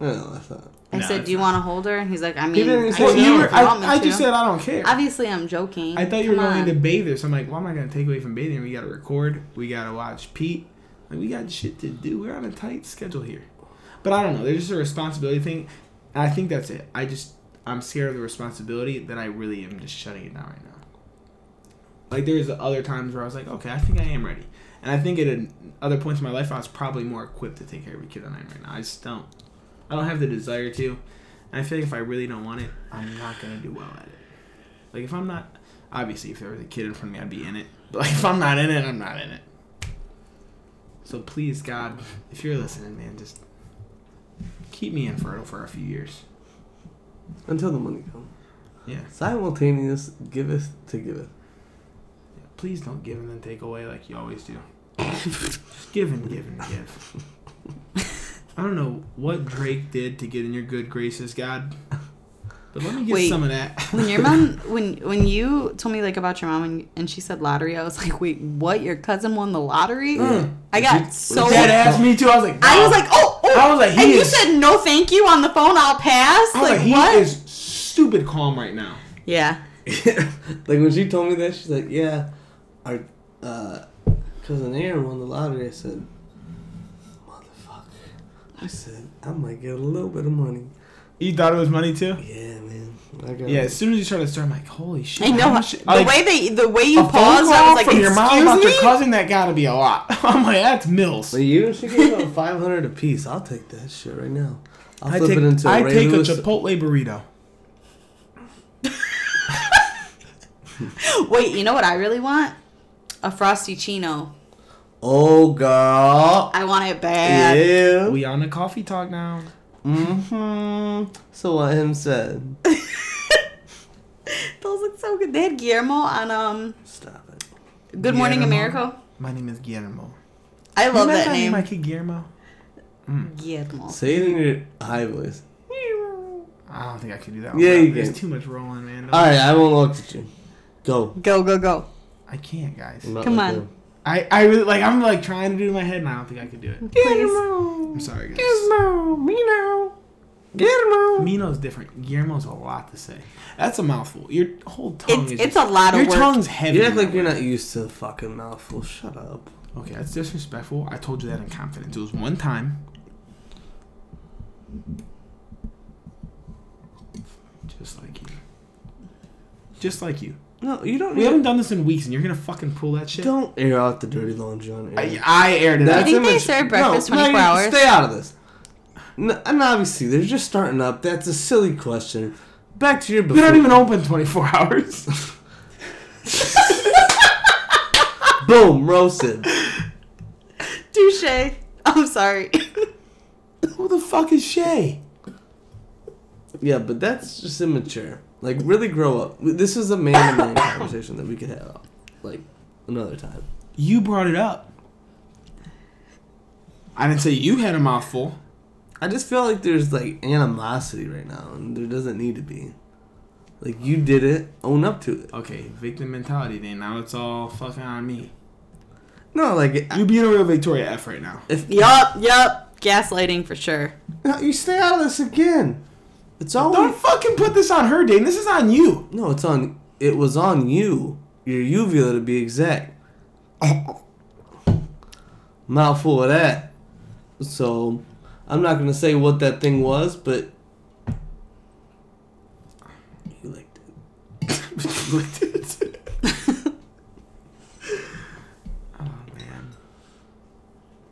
D: No, that's not.
E: I
C: No,
E: said,
C: it's
E: "Do you want to hold her?" And he's like, "I mean,
D: didn't
E: I
D: say
C: Well,
E: can
C: you
E: if
C: were.
E: you want me
C: I, I just
E: to."
C: said I don't care.
E: Obviously, I'm joking.
C: I thought you were
E: Come
C: going
E: on.
C: to Bather, so I'm like, why am I going to take away from Bather? We got to record. We got to watch Pete. Like, we got shit to do. We're on a tight schedule here. But I don't know. There's just a responsibility thing. And I think that's it. I just, I'm scared of the responsibility that I really am just shutting it down right now. Like, there's other times where I was like, okay, I think I am ready. And I think at other points in my life, I was probably more equipped to take care of a kid than I am right now. I just don't. I don't have the desire to. And I feel like if I really don't want it, I'm not going to do well at it. Like, if I'm not obviously if there was a kid in front of me i'd be in it but like if i'm not in it i'm not in it so please god if you're listening man just keep me infertile for a few years
D: Until the money comes.
C: yeah
D: Simultaneous giveth to giveth.
C: Yeah, please don't give and then take away like you always do just give and give and give i don't know what drake did to get in your good graces god but let me get
E: Wait.
C: some of that
E: when your mom, when when you told me like about your mom and, and she said lottery, I was like, "Wait, what? Your cousin won the lottery?"
C: Mm.
E: I got so.
C: dad asked me too i was like
E: I
C: "Wow."
E: was like, "Oh, oh!"
C: I was like, he
E: and you
C: is-
E: said no, thank you on the phone. I'll pass.
C: I was
E: like,
C: like, he
E: what?
C: is stupid calm right now
E: yeah.
D: like when she told me that, she's like, "Yeah, our uh, cousin Aaron won the lottery." I said, "Motherfucker!" I said, "I might get a little bit of money."
C: you thought it was money too
D: Yeah, man. I got
C: Yeah, as soon as you started stirring, I'm like, holy shit.
E: I know.
C: how much-
E: the
C: like,
E: way they, the way
C: a
E: you
C: phone
E: paused, I
C: call
E: was like,
C: from your mom about your
E: "Excuse me."
C: cousin, that gotta be a lot. I'm like, that's mills.
D: But you and she gave out five hundred apiece. I'll take that shit right now. I'll
C: I
D: flip
C: take,
D: it into a
C: I
D: Ray
C: take a
D: Lewis-
C: Chipotle burrito.
E: Wait, you know what I really want? A frosty chino.
D: Oh girl.
E: I want it bad.
D: Yeah.
C: We on a coffee talk now.
D: Mm-hmm. So what him said.
E: Those look so good. They had Guillermo on um
D: Stop it.
E: Good Morning
C: Guillermo.
E: America.
C: My name is Guillermo.
E: I love
C: You mind if
E: that
C: I name
E: name.
C: my kid Guillermo.
E: Guillermo.
D: Say it in your high voice.
C: I don't think I can do that.
D: Yeah,
C: one.
D: you
C: There's
D: can.
C: too much rolling, man.
D: All right, I won't look at you. Go.
E: Go go go.
C: I can't, guys.
D: I'm not
E: Come
D: looking.
E: on.
C: I, I really like. I'm like trying to do it in my head, and I don't think I can do it.
E: Please.
C: I'm sorry, guys.
D: Gizmo, Mino, Gizmo.
C: Mino's different. Guillermo's a lot to say. That's a mouthful. Your whole tongue
E: It's
C: is.
E: it's a lot
C: your
E: of work.
C: tongue's heavy.
D: You act
C: right
D: like you're not used to fucking mouthful. Shut up.
C: Okay, that's disrespectful. I told you that in confidence. It was one time. Just like you. Just like you.
D: No, you don't.
C: We
D: you
C: haven't done this in weeks, and you're gonna fucking pull that shit.
D: don't air out the dirty laundry on
C: I,
D: air.
C: I aired it.
D: That's
C: out.
E: think they
D: immature-
E: serve breakfast
D: no, no,
E: 24
D: you-
E: hours.
D: Stay out of this. No, and obviously, they're just starting up. That's a silly question. Back to your.
C: We don't even open 24 hours.
D: Boom, roasted.
E: Touche. I'm sorry.
C: Who the fuck is Shay?
D: yeah, but that's just immature. Like, really grow up. This is a man to man conversation that we could have, like, another time.
C: You brought it up. I didn't say you had a mouthful.
D: I just feel like there's like animosity right now, and there doesn't need to be. Like you did it, own up to it.
C: Okay, victim mentality. Then now it's all fucking on me.
D: No, like I-
C: You being a real Victoria F right now.
E: yup, yup. gaslighting for sure.
D: No, you stay out of this again. It's
C: Don't
D: always
C: fucking put this on her, Dane. This is on you.
D: no. It's on. It was on you. Your uvula to be exact. Mouthful of that. So, I'm not gonna say what that thing was, but you liked it. you liked it.
C: Oh,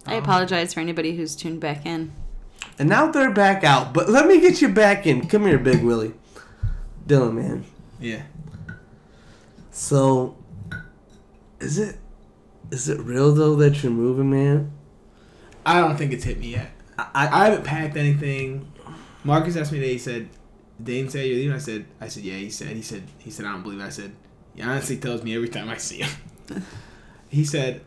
E: I
C: Um.
E: apologize for anybody who's tuned back in.
D: And now they're back out. But let me get you back in. Come here, Big Willie. Dylan, man.
C: Yeah.
D: So, is it is it real though that you're moving, man?
C: I don't think it's hit me yet. I, I, I haven't packed anything. Marcus asked me today. He said, "Dane said you're leaving." I said, "I said yeah." He said, "He said he said I don't believe." It. I said, "He honestly tells me every time I see him." he said,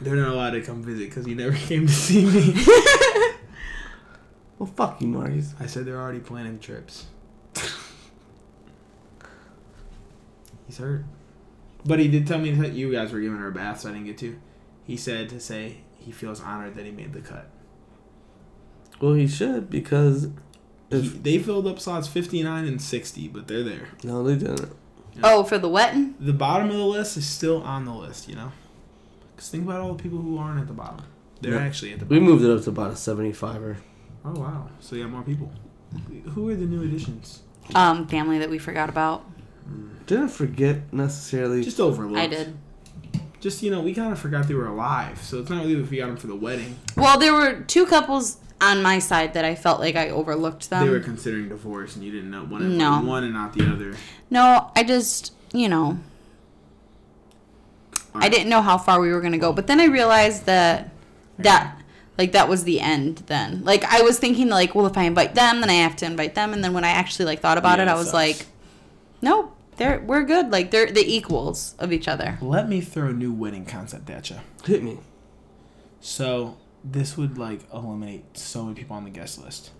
C: "They're not allowed to come visit because you never came to see me."
D: Well, fuck you, Marcus.
C: I said they're already planning trips. He's hurt. But he did tell me that you guys were giving her a bath, so I didn't get to. He said to say he feels honored that he made the cut.
D: Well, he should because
C: He-
D: if
C: they filled up slots 59 and 60, but they're there.
D: no, they didn't.
E: Oh, for the wetting?
C: The bottom of the list is still on the list, you know? Because think about all the people who aren't at the bottom. They're
D: Yeah.
C: actually at the
D: We
C: bottom.
D: moved it up to about a 75er.
C: Oh, wow. So you have more people. Who are the new additions?
E: Um, family that we forgot about.
D: Didn't forget necessarily.
C: Just overlooked.
E: I did.
C: Just, you know, we kind of forgot they were alive. So it's not really if we got them for the wedding.
E: Well, there were two couples on my side that I felt like I overlooked them.
C: they were considering divorce and you didn't know one, and
E: Um, No.
C: one and not the other.
E: No, I just, you know, I didn't know how far we were going to go. But then I realized that that like that was the end then. Like I was thinking like, well, if I invite them, then I have to invite them. And then when I actually like thought about
C: Yeah,
E: it, I
C: that
E: was
C: sucks.
E: like, no, they're we're good. Like they're the equals of each other.
C: Let me throw a new wedding concept at you.
D: hit me.
C: So this would like eliminate so many people on the guest list.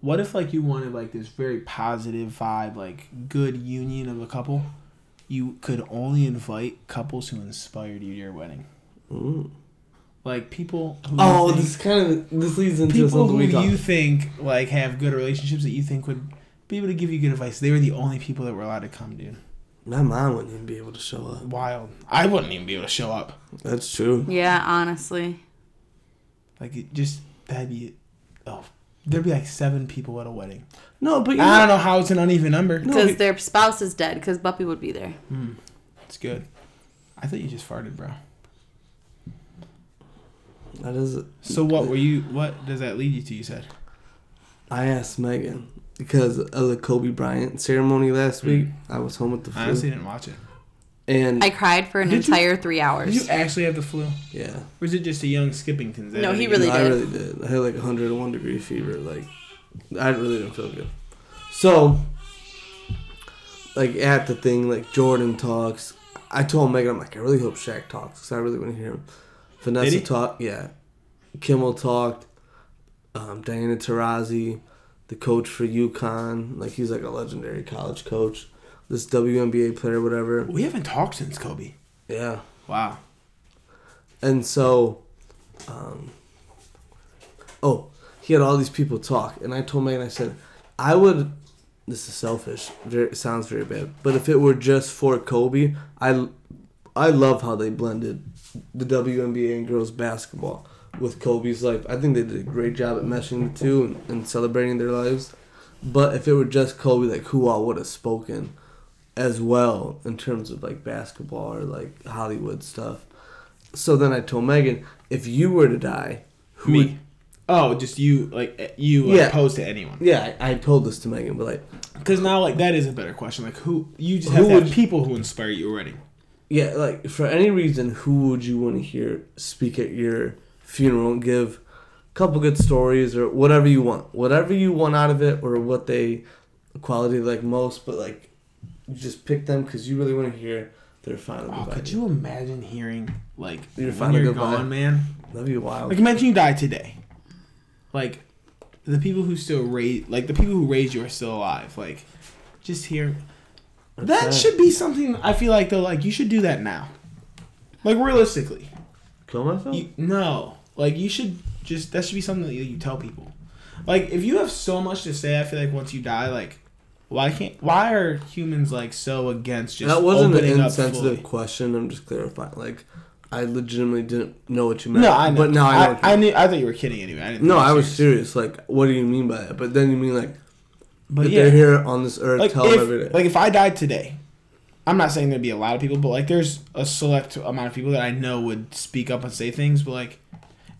C: What if like you wanted like this very positive vibe, like good union of a couple? You could only invite couples who inspired you to your wedding.
D: Ooh.
C: Like people who you
D: Oh,
C: think-
D: this kind of this leads into
C: people
D: something
C: who
D: we
C: you
D: talked.
C: think like have good relationships that you think would be able to give you good advice. They were the only people that were allowed to come, dude.
D: My mom wouldn't even be able to show up.
C: Wild. I wouldn't even be able to show up.
D: That's true.
E: Yeah, honestly.
C: Like it just that'd be oh there'd be like seven people at a wedding.
D: No, but you
C: I don't know how it's an uneven number.
D: No,
E: Because
D: he-
E: their spouse is dead. Because Buppy would be there.
C: It's good. I thought you just farted, bro.
D: That is.
C: So what were you? What does that lead you to? You said.
D: I asked Megan because of the Kobe Bryant ceremony last week. I was home with the
C: I
D: flu,
C: honestly didn't watch it.
D: and
E: I cried for an
C: Did you-
E: entire three
C: Did you
E: hours.
C: actually have the flu, or
D: yeah.
C: is it just a young Skippington?
E: No, he really-
D: No, I
E: did.
D: really did. I had like 101 degree fever. Like, I really didn't feel good. So, like at the thing, like Jordan talks. I told Megan, I'm like, I really hope Shaq talks because I really want to hear him. Vanessa
C: he?
D: talked. Yeah, Kimmel talked. Um, Diana Taurasi, the coach for UConn, like he's like a legendary college coach. This WNBA player, whatever.
C: We haven't talked since Kobe.
D: Yeah.
C: Wow.
D: And so, um, oh, he had all these people talk, and I told Megan, I said, I would. This is selfish. Very, sounds very bad, but if it were just for Kobe, I, I love how they blended the WNBA and girls basketball with Kobe's life. I think they did a great job at meshing the two and, and celebrating their lives. But if it were just Kobe, like who all would have spoken as well in terms of like basketball or like Hollywood stuff. So then I told Megan, if you were to die, who would
C: Me. Oh, just you, like eh, you, like,
D: Yeah.
C: opposed to anyone.
D: Yeah, I, I told this to Megan, but like,
C: Because now, like that is a better question. Like who you just
D: Who
C: have to have
D: would-
C: people who inspire you already.
D: yeah, like for any reason, who would you want to hear speak at your funeral and give a couple good stories or whatever you want, whatever you want out of it, or what they quality like most, but like, you just pick them because you really want to hear their final.
C: Oh,
D: goodbye.
C: could you imagine hearing like
D: Your
C: when
D: final
C: you're
D: goodbye.
C: gone, man?
D: That'd be wild.
C: Like imagine you die today. Like the people who still raise like the people who raised you are still alive. Like just here that
D: sad.
C: should be something I feel like though like you should do that now. Like realistically.
D: Kill myself?
C: You, no. Like you should Just that should be something that you- you tell people. Like if you have so much to say, I feel like once you die, like why can't why are humans like so against just
D: that wasn't an
C: opening up
D: insensitive
C: fully?
D: question. I'm just clarifying. Like, I legitimately didn't know what you meant.
C: No, I know.
D: But now I know. what you
C: I, knew. I thought you were kidding anyway. I didn't
D: No,
C: think you
D: I
C: were
D: was serious. Like, what do you mean by that? But then you mean like
C: But
D: if
C: yeah,
D: they're here on this earth,
C: like
D: tell them every
C: if
D: day.
C: like if I died today, I'm not saying there'd be a lot of people, but like there's a select amount of people that I know would speak up and say things. But like,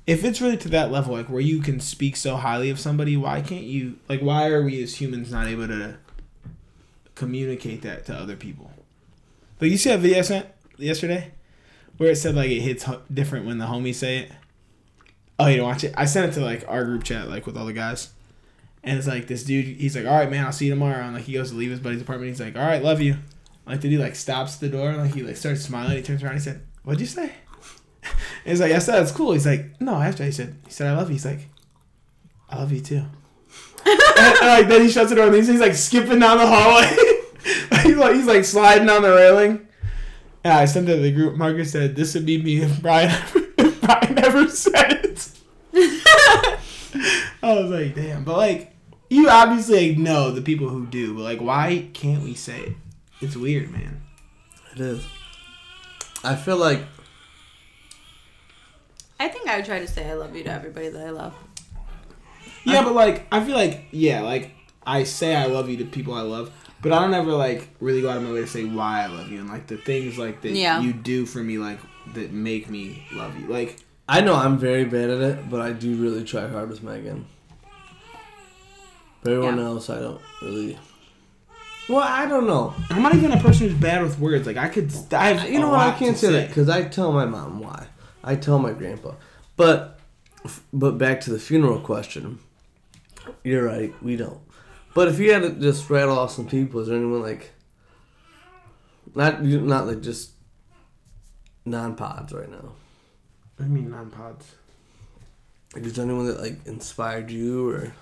C: if it's really to that level, like where you can speak so highly of somebody, why can't you? Like, why are we as humans not able to communicate that to other people? Like you see that video I sent yesterday, where it said like it hits ho- different when the homies say it. Oh, you don't watch it? I sent it to like our group chat, like with all the guys. And it's like this dude, he's like, all right, man, I'll see you tomorrow. And like he goes to leave his buddy's apartment. He's like, all right, love you. Like the dude like stops at the door and like he like starts smiling. He turns around. He said, what'd you say? And he's like, I said that's cool. He's like, no, after he said, he said I love you. He's like, I love you too. and, and, like then he shuts the door and leaves. He's like skipping down the hallway. he's like he's like sliding down the railing. And I sent it to the group. Marcus said, this would be me if Brian if Brian ever said it. I was like, damn. But like, you obviously like, know the people who do, but like, why can't we say it? It's weird, man.
D: It is. I feel like
E: I think I would try to say I love you to everybody that I love.
C: Yeah, but like, I feel like, yeah, like, I say I love you to people I love, but I don't ever like really go out of my way to say why I love you and like the things like that
E: Yeah.
C: you do for me, like, that make me love you. Like,
D: I know I'm very bad at it, but I do really try hard with Megan. But everyone
E: Yeah.
D: else, I don't really. Well, I don't know.
C: I'm not even a person who's bad with words. Like, I could, I have,
D: You
C: a
D: know what? I
C: lot
D: can't
C: to
D: say that because I tell my mom why. I tell my grandpa, but but back to the funeral question. You're right. We don't. But if you had to just rattle off some people, is there anyone like not you- not like just non pods right now?
C: I mean, non pods.
D: Like, is there anyone that like inspired you or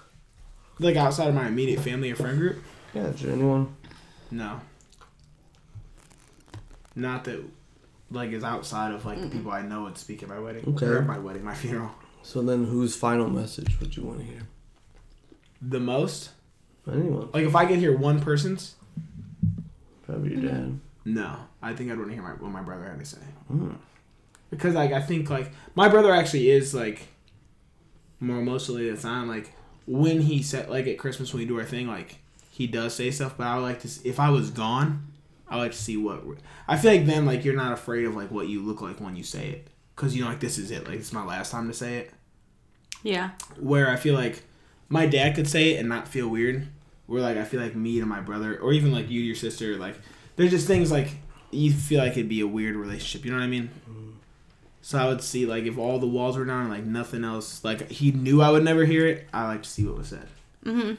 C: Like, outside of my immediate family or friend group?
D: yeah? Is there anyone?
C: No. Not that, like, is outside of like the people I know would speak at my wedding
D: Okay.
C: or my wedding, my funeral.
D: So then, whose final message would you want to hear?
C: The most,
D: Anyone?
C: like, if I could hear one person's,
D: Probably your dad.
C: no, I think I'd want to hear my, what my brother had to say.
D: Mm.
C: because like I think like my brother actually is like more emotionally than I'm like when he said like at Christmas when we do our thing like he does say stuff but I would like to s if I was gone I would like to see what I feel like then like you're not afraid of like what you look like when you say it because you know like this is it like it's my last time to say it
E: Yeah.
C: where I feel like my dad could say it and not feel weird. Where like I feel like me to my brother, or even like you to your sister, like there's just things like you feel like it'd be a weird relationship. You know what I mean? So I would see like if all the walls were down and like nothing else, like he knew I would never hear it. I like to see what was said.
E: Mm-hmm.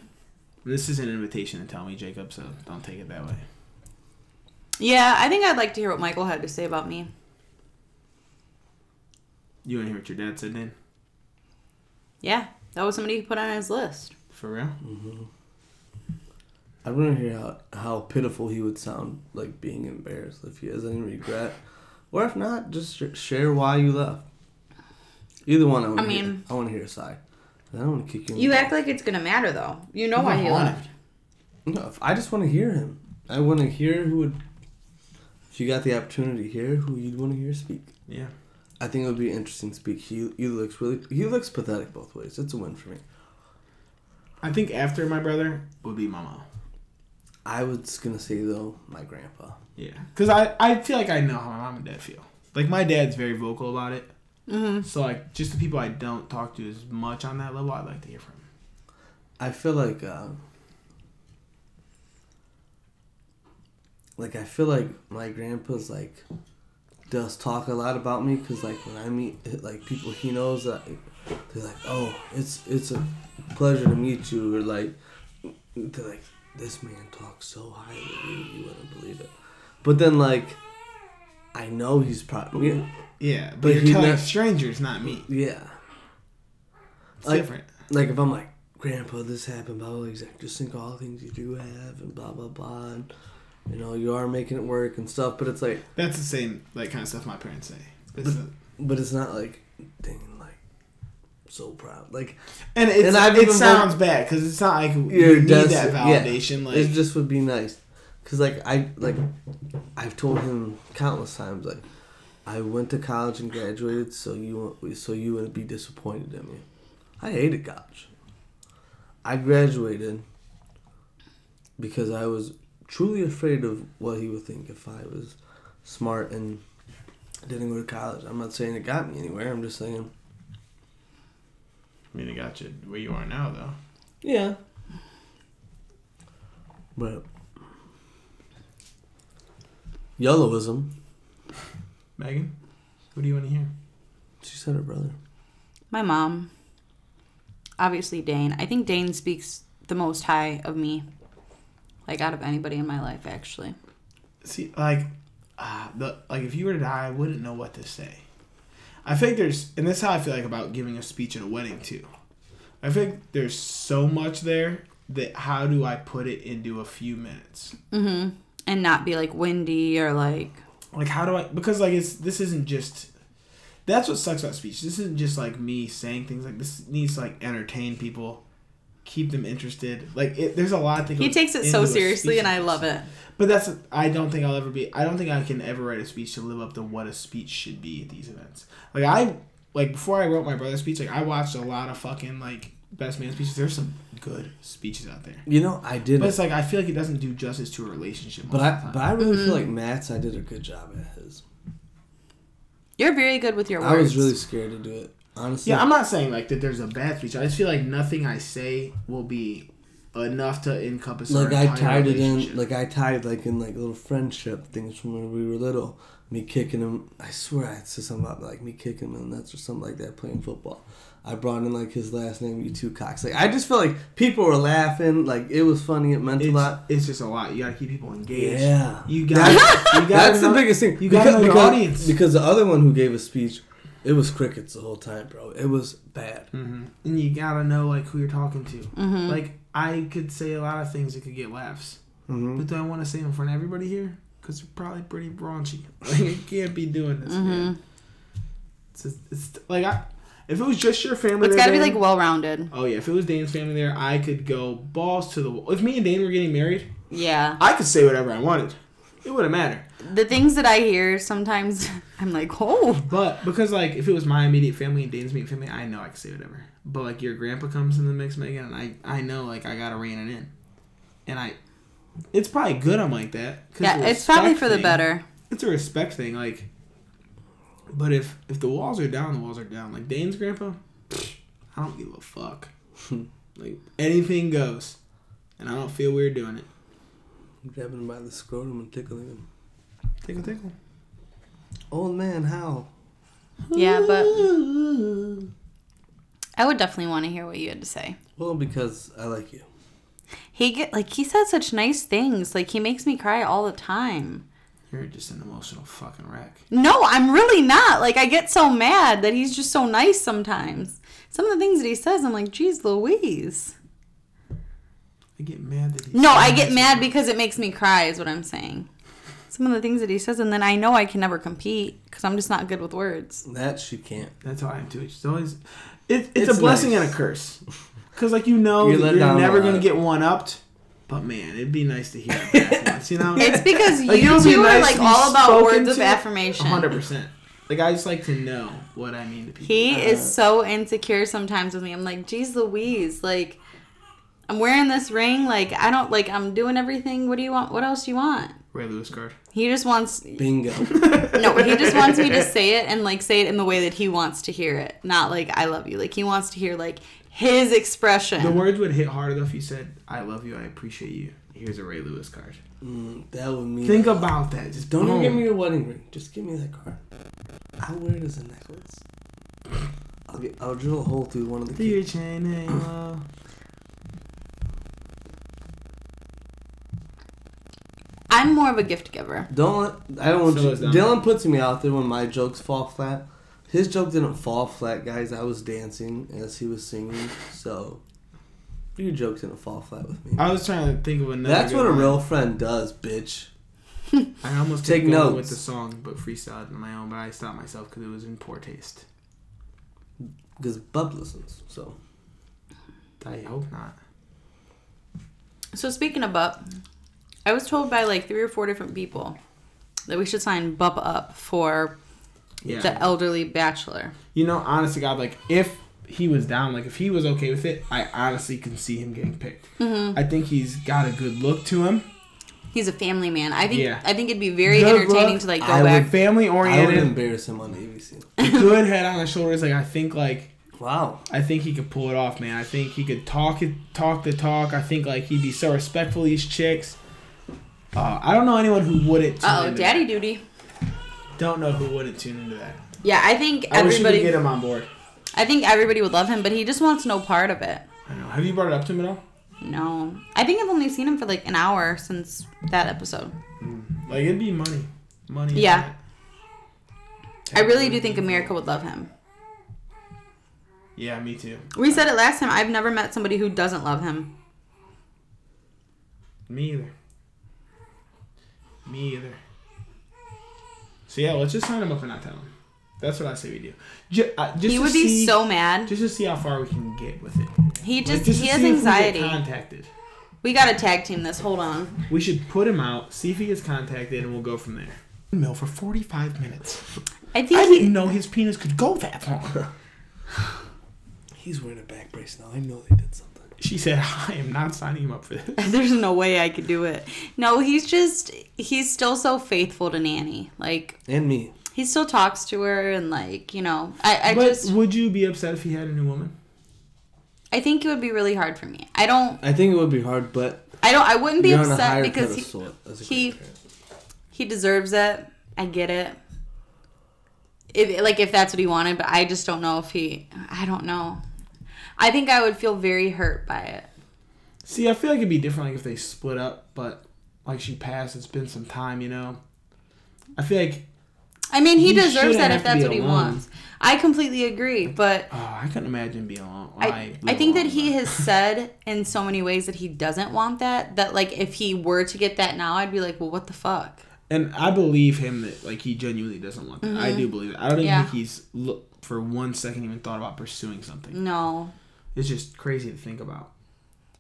C: This is an invitation to tell me, Jacob. So don't take it that way.
E: Yeah, I think I'd like to hear what Michael had to say about me.
C: You want to hear what your dad said then?
E: Yeah, that was somebody he put on his list.
C: For real?
D: I want to hear how, how pitiful he would sound like being embarrassed if he has any regret, or if not, just sh- share why you left. Either one, I, wanna
E: I
D: hear.
E: mean-
D: I want to hear a sigh. I don't want to kick you. in
E: You
D: the-
E: act like it's gonna matter though. You know why he
C: Come on.
E: left.
D: No, if- I just want to hear him. I want to hear who would. If you got the opportunity here, who you'd want to hear speak.
C: Yeah.
D: I think it would be interesting to speak. He he looks really he looks pathetic both ways. It's a win for me.
C: I think after my brother would be Mama.
D: I was gonna say though, my grandpa.
C: Yeah, because I, I feel like I know how my mom and dad feel. Like my dad's very vocal about it. Mm-hmm. So like just the people I don't talk to as much on that level, I'd like to hear from.
D: I feel like, uh, like I feel like my grandpa's like does talk a lot about me because like when I meet eh, like people he knows that they're like, oh, it's it's a pleasure to meet you, or like they're like, this man talks so highly of you, you wouldn't believe it. But then like, I know he's probably yeah.
C: Yeah, but,
D: But
C: you're
D: he
C: telling
D: not-
C: strangers, not me.
D: yeah.
C: It's
D: Like-
C: different.
D: like if I'm like, Grandpa, this happened, blah blah. blah," He's like, just think of all the things you do have, and blah blah blah. And, you know, you are making it work and stuff, but it's like,
C: That's the same like kind of stuff my parents say. It's a-
D: but it's not like thinking like, so proud. Like
C: And, it's,
D: And I've
C: it
D: even
C: sounds bad because it's not like
D: you're
C: you need
D: des-
C: that
D: yeah.
C: validation. Like
D: it just would be nice, cause like I like I've told him countless times like I went to college and graduated, so you won't- so you wouldn't be disappointed in me. I hated college. I graduated because I was truly afraid of what he would think if I was smart and didn't go to college. I'm not saying it got me anywhere. I'm just saying
C: I mean, I got you where you are now though.
D: Yeah. But yellowism.
C: Megan, what do you want to hear?
D: She said her brother.
E: My mom. Obviously, Dane. I think Dane speaks the most high of me. Like, out of anybody in my life, actually.
C: See, like, uh, the, like if you were to die, I wouldn't know what to say. I think there's, and this is how I feel like about giving a speech at a wedding too. I think there's so much there that how do I put it into a few minutes?
E: And not be like windy or like.
C: like how do i because like it's this isn't just that's what sucks about speech this isn't just like me saying things like this needs to like entertain people keep them interested like it, there's a lot that
E: He
C: goes
E: takes it so
C: into a
E: seriously,
C: speech.
E: and I love it.
C: but that's i don't think i'll ever be i don't think i can ever write a speech to live up to what a speech should be at these events like i like before i wrote my brother's speech like i watched a lot of fucking like best man speeches there's some good speeches out there
D: You know, I did
C: but
D: not
C: it's like i feel like it doesn't do justice to a relationship
D: But
C: most of the
D: I
C: time.
D: but I really
C: Mm-hmm.
D: feel like Matt's I did a good job at his.
E: You're very good with your words.
D: I was really scared to do it. Honestly.
C: Yeah, I'm not saying like that. There's a bad speech. I just feel like nothing I say will be enough to encompass. our
D: like I
C: entire
D: tied it in
C: relationship.
D: like I tied like in like little friendship things from when we were little. Me kicking him I swear I said something about like me kicking him and that's or something like that playing football. I brought in like his last name, you two cocks. Like I just felt like people were laughing, like it was funny, it meant
C: it's,
D: a lot.
C: it's just a lot. You gotta keep people engaged.
D: Yeah.
C: You got. you got
D: That's the biggest thing.
C: You gotta know your
D: because,
C: audience.
D: Because the other one who gave a speech, it was crickets the whole time, bro. It was bad.
C: hmm And you gotta know like who you're talking to.
E: Mm-hmm.
C: Like I could say a lot of things that could get laughs,
D: Mm-hmm.
C: but do I want to say them in front of everybody here? Because they're probably pretty raunchy. Like you can't be doing this,
E: Mm-hmm.
C: man. It's, just, it's like I, if it was just your family.
E: But it's
C: there,
E: got to be
C: man,
E: like well rounded.
C: Oh yeah, if it was Dane's family there, I could go balls to the wall. If me and Dane were getting married,
E: Yeah.
C: I could say whatever I wanted. It wouldn't matter.
E: The things that I hear sometimes, I'm like, oh.
C: But because like if it was my immediate family and Dane's immediate family, I know I could say whatever. But like your grandpa comes in the mix, Megan, and I I know like I gotta rein it in, and I, it's probably good I'm like that. 'cause
E: Yeah,
C: a
E: it's probably
C: respect
E: for the
C: thing.
E: better.
C: It's a respect thing, like. But if if the walls are down, the walls are down. Like Dane's grandpa, I don't give a fuck. like anything goes, and I don't feel weird doing it.
D: Grabbing him by the scrotum and tickling him.
C: Tickle tickle.
D: Old man, how?
E: Yeah, but I would definitely want to hear what you had to say.
D: Well, because I like you.
E: He get like he said such nice things. Like he makes me cry all the time.
C: You're just an emotional fucking wreck.
E: No, I'm really not. Like I get so mad that he's just so nice sometimes. Some of the things that he says, I'm like, geez, Louise.
C: I get mad that he's
E: No, I
C: so
E: get
C: nice.
E: mad because it makes me cry. Is what I'm saying. Some of the things that he says, and then I know I can never compete because I'm just not good with words.
D: That she can't.
C: That's how I am too. It's always, it, it's,
D: It's
C: a blessing
D: nice.
C: and a curse, because like you know
D: You're
C: that
D: let
C: you're
D: down a
C: never gonna
D: lot.
C: get one upped. But man, it'd be nice to hear it back once. You know,
E: It's because
C: Like,
E: you
C: it'll be
E: two are
C: nice
E: like
C: to be
E: all about
C: spoken
E: words of
C: to.
E: affirmation.
C: hundred percent. Like I just like to know what I mean to people.
E: He is so insecure sometimes with me. I'm like, geez Louise, like I'm wearing this ring, like I don't like I'm doing everything. What do you want? What else do you want?
C: Ray Lewis card.
E: He just wants
D: Bingo.
E: no, he just wants me to say it and like say it in the way that he wants to hear it. Not like I love you. Like he wants to hear like his
C: The
E: expression.
C: words would hit harder though if you said, "I love you, I appreciate you." Here's a Ray Lewis card.
D: that would mean.
C: Think about that. Just
D: Don't even
C: boom.
D: give me your wedding ring. Just give me that card. I'll wear it as a necklace. I'll, get, I'll drill a hole through one of the
C: Your
D: keys.
C: chain eh, hang low.
E: I'm more of a gift giver.
D: Don't let, I don't want
C: So
D: you.
C: is Dylan.
D: Dylan puts me out there when my jokes fall flat. His joke didn't fall flat, guys. I was dancing as he was singing, so your joke didn't fall flat with me.
C: I was trying to think of another.
D: That's
C: good
D: what a
C: one.
D: real friend does, bitch.
C: I almost
D: Take
C: take going
D: notes.
C: with the song, but freestyled on my own. But I stopped myself because it was in poor taste.
D: because Bub listens. So,
C: I hope not.
E: So speaking of Bup, I was told by like three or four different people that we should sign Bup up for
C: Yeah.
E: the elderly bachelor.
C: you know, honest to God, like if he was down, like if he was okay with it, I honestly can see him getting picked.
E: Mm-hmm.
C: I think he's got a good look to him.
E: He's a family man. I think
C: Yeah.
E: I think it'd be very
C: Good
E: entertaining
C: look.
E: to like go
D: I
E: back.
C: Family
D: I would
C: oriented,
D: embarrass him on ABC.
C: good head on his shoulders. Like I think, like
D: Wow.
C: I think he could pull it off, man. I think he could talk it, talk the talk. I think like he'd be so respectful of these chicks. Uh, I don't know anyone who wouldn't. tune
E: Oh,
C: into
E: daddy duty.
C: that. Don't know who wouldn't tune into that.
E: Yeah, I think
C: I wish we could
E: everybody.
C: get him on board.
E: I think everybody would love him, but he just wants no part of it.
C: I know. Have you brought it up to him at all?
E: No, I think I've only seen him for like an hour since that episode.
C: Like it'd be money, money.
E: Yeah. I really do think America would love him.
C: Yeah, me too.
E: We said it last time. I've never met somebody who doesn't love him.
C: Me either. Me either. So yeah, let's just sign him up and not tell him. That's what I say we do. Ju- uh, just
E: he
C: to
E: would be
C: see-
E: so mad.
C: Just to see how far we can get with it.
E: he
C: Like,
E: just,
C: just
E: he
C: to
E: has
C: see if we get
E: anxiety.
C: contacted.
E: We gotta tag team this. Hold on.
C: We should put him out, see if he gets contacted, and we'll go from there. Mill for 45 minutes.
E: I
C: I
E: think
C: didn't know his penis could go that long.
D: He's wearing a back brace now. I know they did something.
C: She said, I am not signing him up for this.
E: there's no way I could do it. No, he's just he's still so faithful to Nanny. Like
D: And me.
E: he still talks to her and like you know. I I
C: but
E: just
C: would you be upset if he had a new woman?
E: I think it would be really hard for me. I don't
D: I think it would be hard, but
E: I don't I wouldn't be
D: you're on a
E: upset
D: higher
E: because he,
D: pedestal as a
E: he-
D: grandparent.
E: he deserves it. I get it. If, like if that's what he wanted, but I just don't know if he. I don't know. I think I would feel very hurt by it.
C: See, I feel like it'd be different like if they split up, but like she passed, it's been some time, you know. I feel like
E: I mean, he,
C: He
E: deserves
C: shouldn't
E: that
C: have
E: if
C: to be
E: that's what he
C: alone.
E: wants. I completely agree, but
C: oh, I couldn't imagine being alone.
E: I,
C: like,
E: I think that
C: alone.
E: he has said in so many ways that he doesn't want that. That like if he were to get that now, I'd be like, well, what the fuck?
C: and I believe him that like he genuinely doesn't want that. I do believe it. I don't even
E: Mm-hmm. Yeah.
C: think he's look for one second even thought about pursuing
E: Mm.
C: something.
E: No,
C: It's just crazy to think about.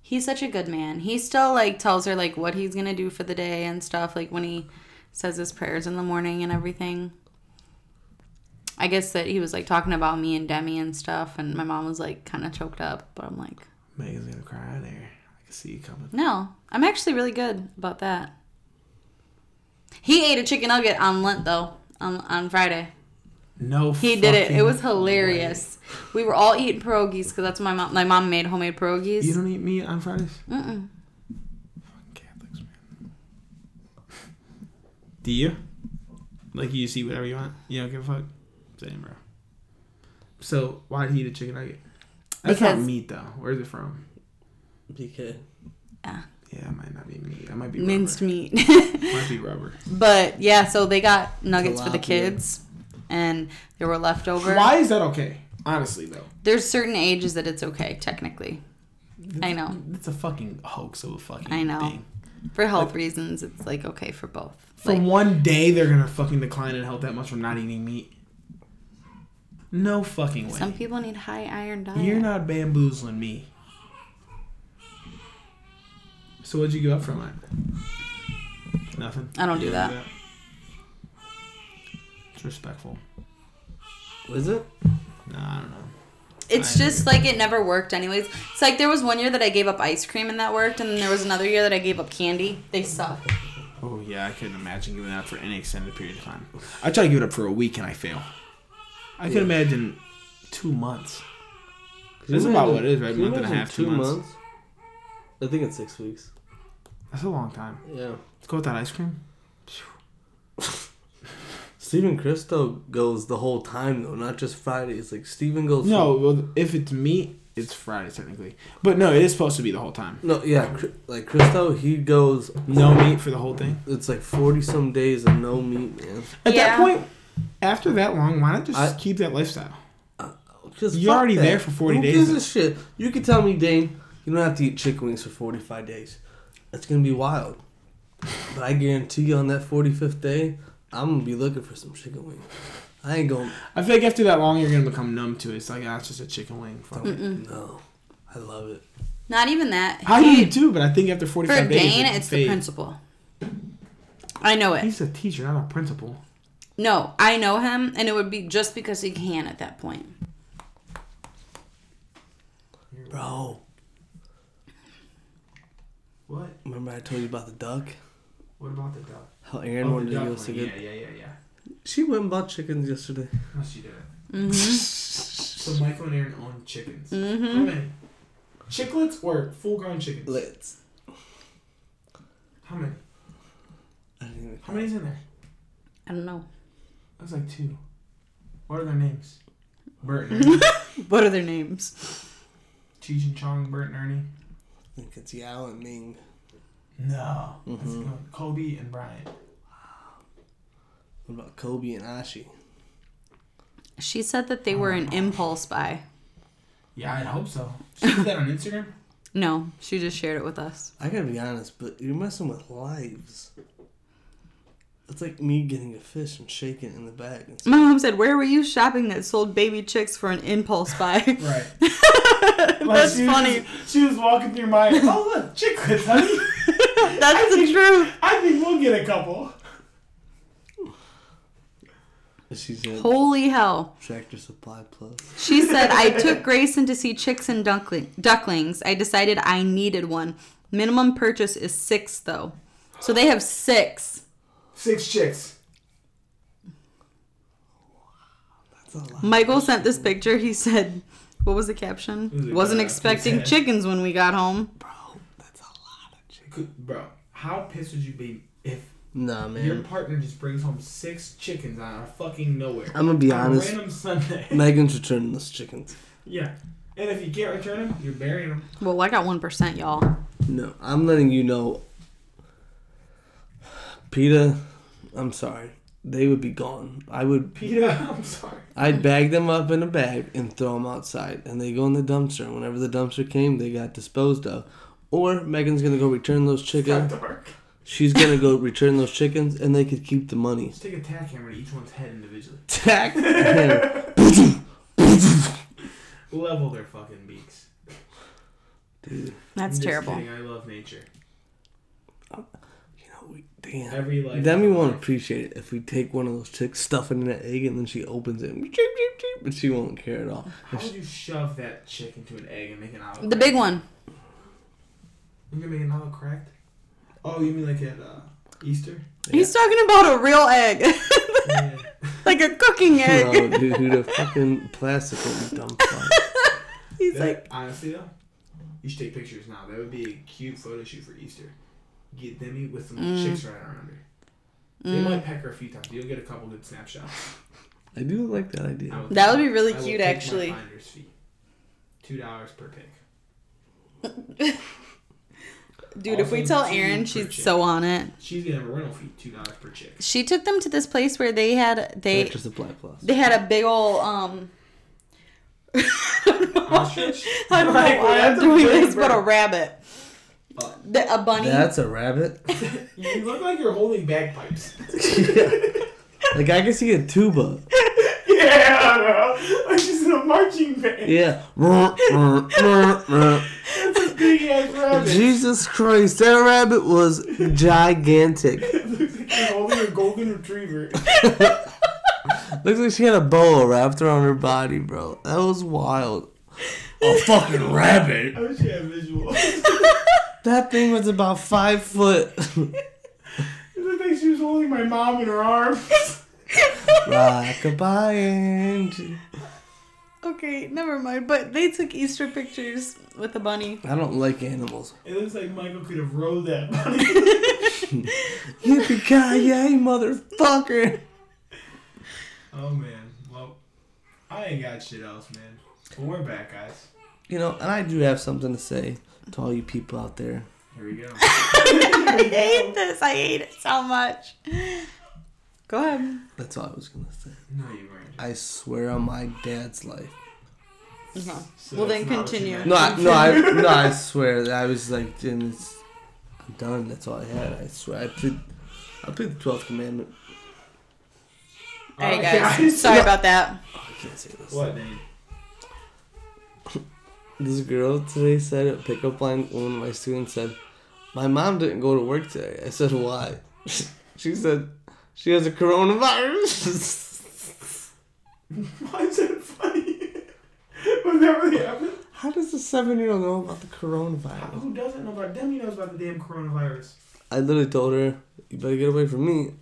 E: he's such a good man. He still like tells her like what he's gonna do for the day and stuff. Like when he says his prayers in the morning and everything. I guess that he was like talking about me and Demi and stuff, and my mom was like kind of choked up. But I'm like,
C: Megan's gonna cry there. I can see you coming.
E: no, I'm actually really good about that. He ate a chicken nugget on Lent though on on Friday.
C: No,
E: He did it. It
C: fucking
E: was hilarious. We were all eating pierogies because that's what my mom. My mom made homemade pierogies.
C: way. You don't eat meat on Fridays.
E: Mm-mm.
C: Fucking Catholics, man. Do you? Like you just eat whatever you want. You don't give a fuck. Same, bro. So why would he eat a chicken nugget? That's not
E: Because-
C: meat though. Where's it from?
D: BK.
C: Yeah, it might not be meat. It might be
E: minced
C: rubber.
E: meat.
C: Might be rubber.
E: but yeah, so they got nuggets for the
D: Tilapia.
E: kids, and there were leftover.
C: Why is that okay? Honestly though,
E: There's certain ages that it's okay technically I know.
C: it's a fucking hoax of a fucking.
E: I know.
C: Thing.
E: for health reasons. It's like okay for both.
C: For
E: Like
C: one day, they're gonna fucking decline in health that much from not eating meat. No fucking way.
E: some people need high iron diet.
C: You're not bamboozling me. So what'd you give up from it? Nothing.
E: I don't do
C: You
E: that.
C: It's respectful.
D: Was it?
C: No, I don't know.
E: It's
C: I
E: just like it never worked, anyways. It's like there was one year that I gave up ice cream and that worked, and then there was another year that I gave up candy. They suck.
C: Oh yeah, I couldn't imagine giving that for any extended period of time. I try to give it up for a week and I fail. I can imagine two months. This is about what it is, right?
D: Can you
C: Month and a
D: imagine
C: half, two months.
D: I think it's six weeks.
C: That's a long time.
D: Yeah.
C: Let's go with that ice cream.
D: Steven Christo goes the whole time though, not just Fridays. Like Steven goes.
C: No, well, if it's meat, it's Friday technically, but no, it is supposed to be the whole time.
D: No. Yeah. Cr- Like Christo, he goes.
C: No meat for the whole thing.
D: It's like forty some days of no meat, man.
C: At that
E: Yeah.
C: point, after that long, why not just
D: I-
C: keep that lifestyle?
D: Just
C: You're
D: fuck
C: already
D: that.
C: there for 40
D: Who
C: days
D: gives
C: then.
D: a shit? You can tell me, Dane, you don't have to eat chicken wings for 45 days. It's gonna be wild. But I guarantee you, on that 45th day, I'm gonna be looking for some chicken wings. I ain't going.
C: I feel like after that long, you're gonna become numb to it. It's like ah, it's just a chicken wing. Fuck
E: Mm.
C: it.
D: No, I love it.
E: Not even that.
C: I
E: He-
C: do too, but I think after
E: For
C: 45 days,
E: Dane,
C: it
E: it's the
C: fades.
E: principal. I know it.
C: He's a teacher, not a principal.
E: No, I know him, and it would be just because he can at that point.
D: Bro,
C: What?
D: remember I told you about the duck?
C: What about the duck?
D: How Aaron wanted to give us a good.
C: Oh, yeah, yeah, yeah.
D: She went and bought chickens yesterday.
C: No, she did it.
E: Mm-hmm.
C: so Michael and Aaron own chickens. How many? Chicklets or full-grown chickens?
D: Let's.
C: How many?
D: I didn't even-
C: How many's in there?
E: I don't know.
C: That's like two. What are their names? Bert and Ernie.
E: What are their names?
C: Cheech and Chong, Bert and Ernie.
D: I think it's Yao and Ming.
C: No. That's a good one. Kobe and Bryant.
D: What about Kobe and Ashi?
E: She said that they were an impulse buy.
C: Yeah, I hope so. She did that on Instagram?
E: No, she just shared it with us.
D: I gotta be honest, but you're messing with lives. It's like me getting a fish and shaking it in the bag. And
E: My mom said, "Where were you shopping that sold baby chicks for an impulse buy?"
C: Right.
E: That's
C: she was
E: funny.
C: just- she was walking through my. Oh look, chicklets, honey.
E: That's the truth.
C: I think we'll get a couple.
D: she said,
E: Holy hell.
D: Tractor Supply Plus.
E: She said, I took Grayson to see chicks and duckling- ducklings. I decided I needed one. Minimum purchase is six, though. So they have six.
C: Six chicks.
D: That's a lot.
E: Michael sent this picture. He said, What was the caption?
C: was a
E: Wasn't
C: guy.
E: expecting
C: Yeah.
E: chickens when we got home.
D: That's a lot of chicken.
C: Could- Bro, how pissed would you be if
D: Nah,
C: your
D: man.
C: partner just brings home six chickens out of fucking nowhere?
D: I'm gonna be
C: on a
D: honest.
C: Random Sunday.
D: Megan's returning those chickens.
C: yeah. And if you can't return them, you're burying them.
E: Well, I got 1%, y'all.
D: No, I'm letting you know. PETA, I'm sorry. They would be gone. I would,
C: Peta, I'm sorry.
D: I'd bag them up in a bag and throw them outside, and they go in the dumpster. And whenever the dumpster came, they got disposed of. Or Megan's gonna go return those
C: Got
D: chickens.
C: dark.
D: She's gonna go return those chickens, and they could keep the money.
C: Just take a tack hammer to each one's head individually.
D: Tack.
C: Level their fucking beaks.
D: Dude,
E: That's
C: I'm just
E: terrible.
C: kidding, I love nature.
D: you know, we, damn.
C: Every life.
D: Then
C: is
D: we
C: a
D: won't
C: life.
D: appreciate it if we take one of those chicks, stuff it in that egg, and then she opens it, and cheep, cheep, cheep, but she won't care at all.
C: How would you shove that chick into an egg and make an olive?
E: The big one.
C: You gonna make an olive cracked? Oh, you mean like at uh, Easter?
E: He's talking about a real egg,
C: Yeah.
E: like a cooking egg.
D: No, dude, who the fucking plastic will be dumb fuck.
E: He's
C: That-
E: like,
C: honestly though, you should take pictures now. That would be a cute photo shoot for Easter. Get Demi with some
E: Mm.
C: chicks right around her. They might peck her a few times. You'll get a couple good snapshots.
D: I do like that idea.
C: will
E: That would
C: take-
E: be really
C: I will
E: cute,
C: take my
E: actually.
C: finder's fee. Two dollars per pick.
E: dude, if we
C: Also
E: tell Aaron,
C: two per
E: she's
C: chick.
E: so on it.
C: She's gonna have a rental fee, two dollars per chick.
E: She took them to this place where they had they
D: Tractor Supply Plus.
E: They had a big old um.
C: Ostrich?
E: I don't know
C: Like,
E: why I'm
C: that's a
E: doing
C: big
E: this, but a
C: bird.
E: rabbit, The- a bunny.
D: That's a rabbit.
C: You look like you're holding bagpipes.
D: Like I can see a tuba.
C: yeah, bro. Like she's in a marching band.
D: Yeah.
C: Big ass rabbit.
D: Jesus Christ, that rabbit was gigantic.
C: Looks like you're holding a golden retriever.
D: Looks like she had a boa wrapped around her body, bro. That was wild. A fucking rabbit.
C: I wish you had visual.
D: That thing was about five foot.
C: It looked like she was holding my mom in her arms.
D: Rockabye Angie.
E: okay, never mind. But they took Easter pictures with a bunny.
D: I don't like animals.
C: It looks like Michael could have rode that bunny.
D: Yippee-ki-yay, motherfucker.
C: oh man, well, I ain't got shit else, man. But we're back, guys.
D: You know, and I do have something to say to all you people out there.
C: Here we go.
E: I hate this. I hate it so much. Go ahead.
D: That's all I was gonna say.
C: No, you weren't.
D: I swear on my dad's life.
C: So
E: well, then
C: it's not what you
E: continue.
C: meant.
D: No, I, no, I, no, I swear. that I was like, dude, it's, I'm done. That's all I had. I swear. I played, I played the 12th commandment.
E: Hey
C: Okay.
E: guys, sorry about that.
D: I can't say this.
C: What, Dane?
D: This girl today said at pickup line, one of my students said, My mom didn't go to work today. I said, Why? she said, She has a coronavirus.
C: Why is that funny? Was that really happened?
D: How does a seven year old know about the coronavirus?
C: Who doesn't know about Demi knows about the damn coronavirus.
D: I literally told her, You better get away from me.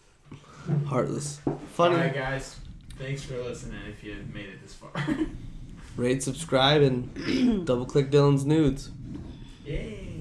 D: Heartless. Funny.
C: Alright, guys. Thanks for listening if you made it this far.
D: Rate, subscribe, and double click Dylan's nudes.
C: Yay.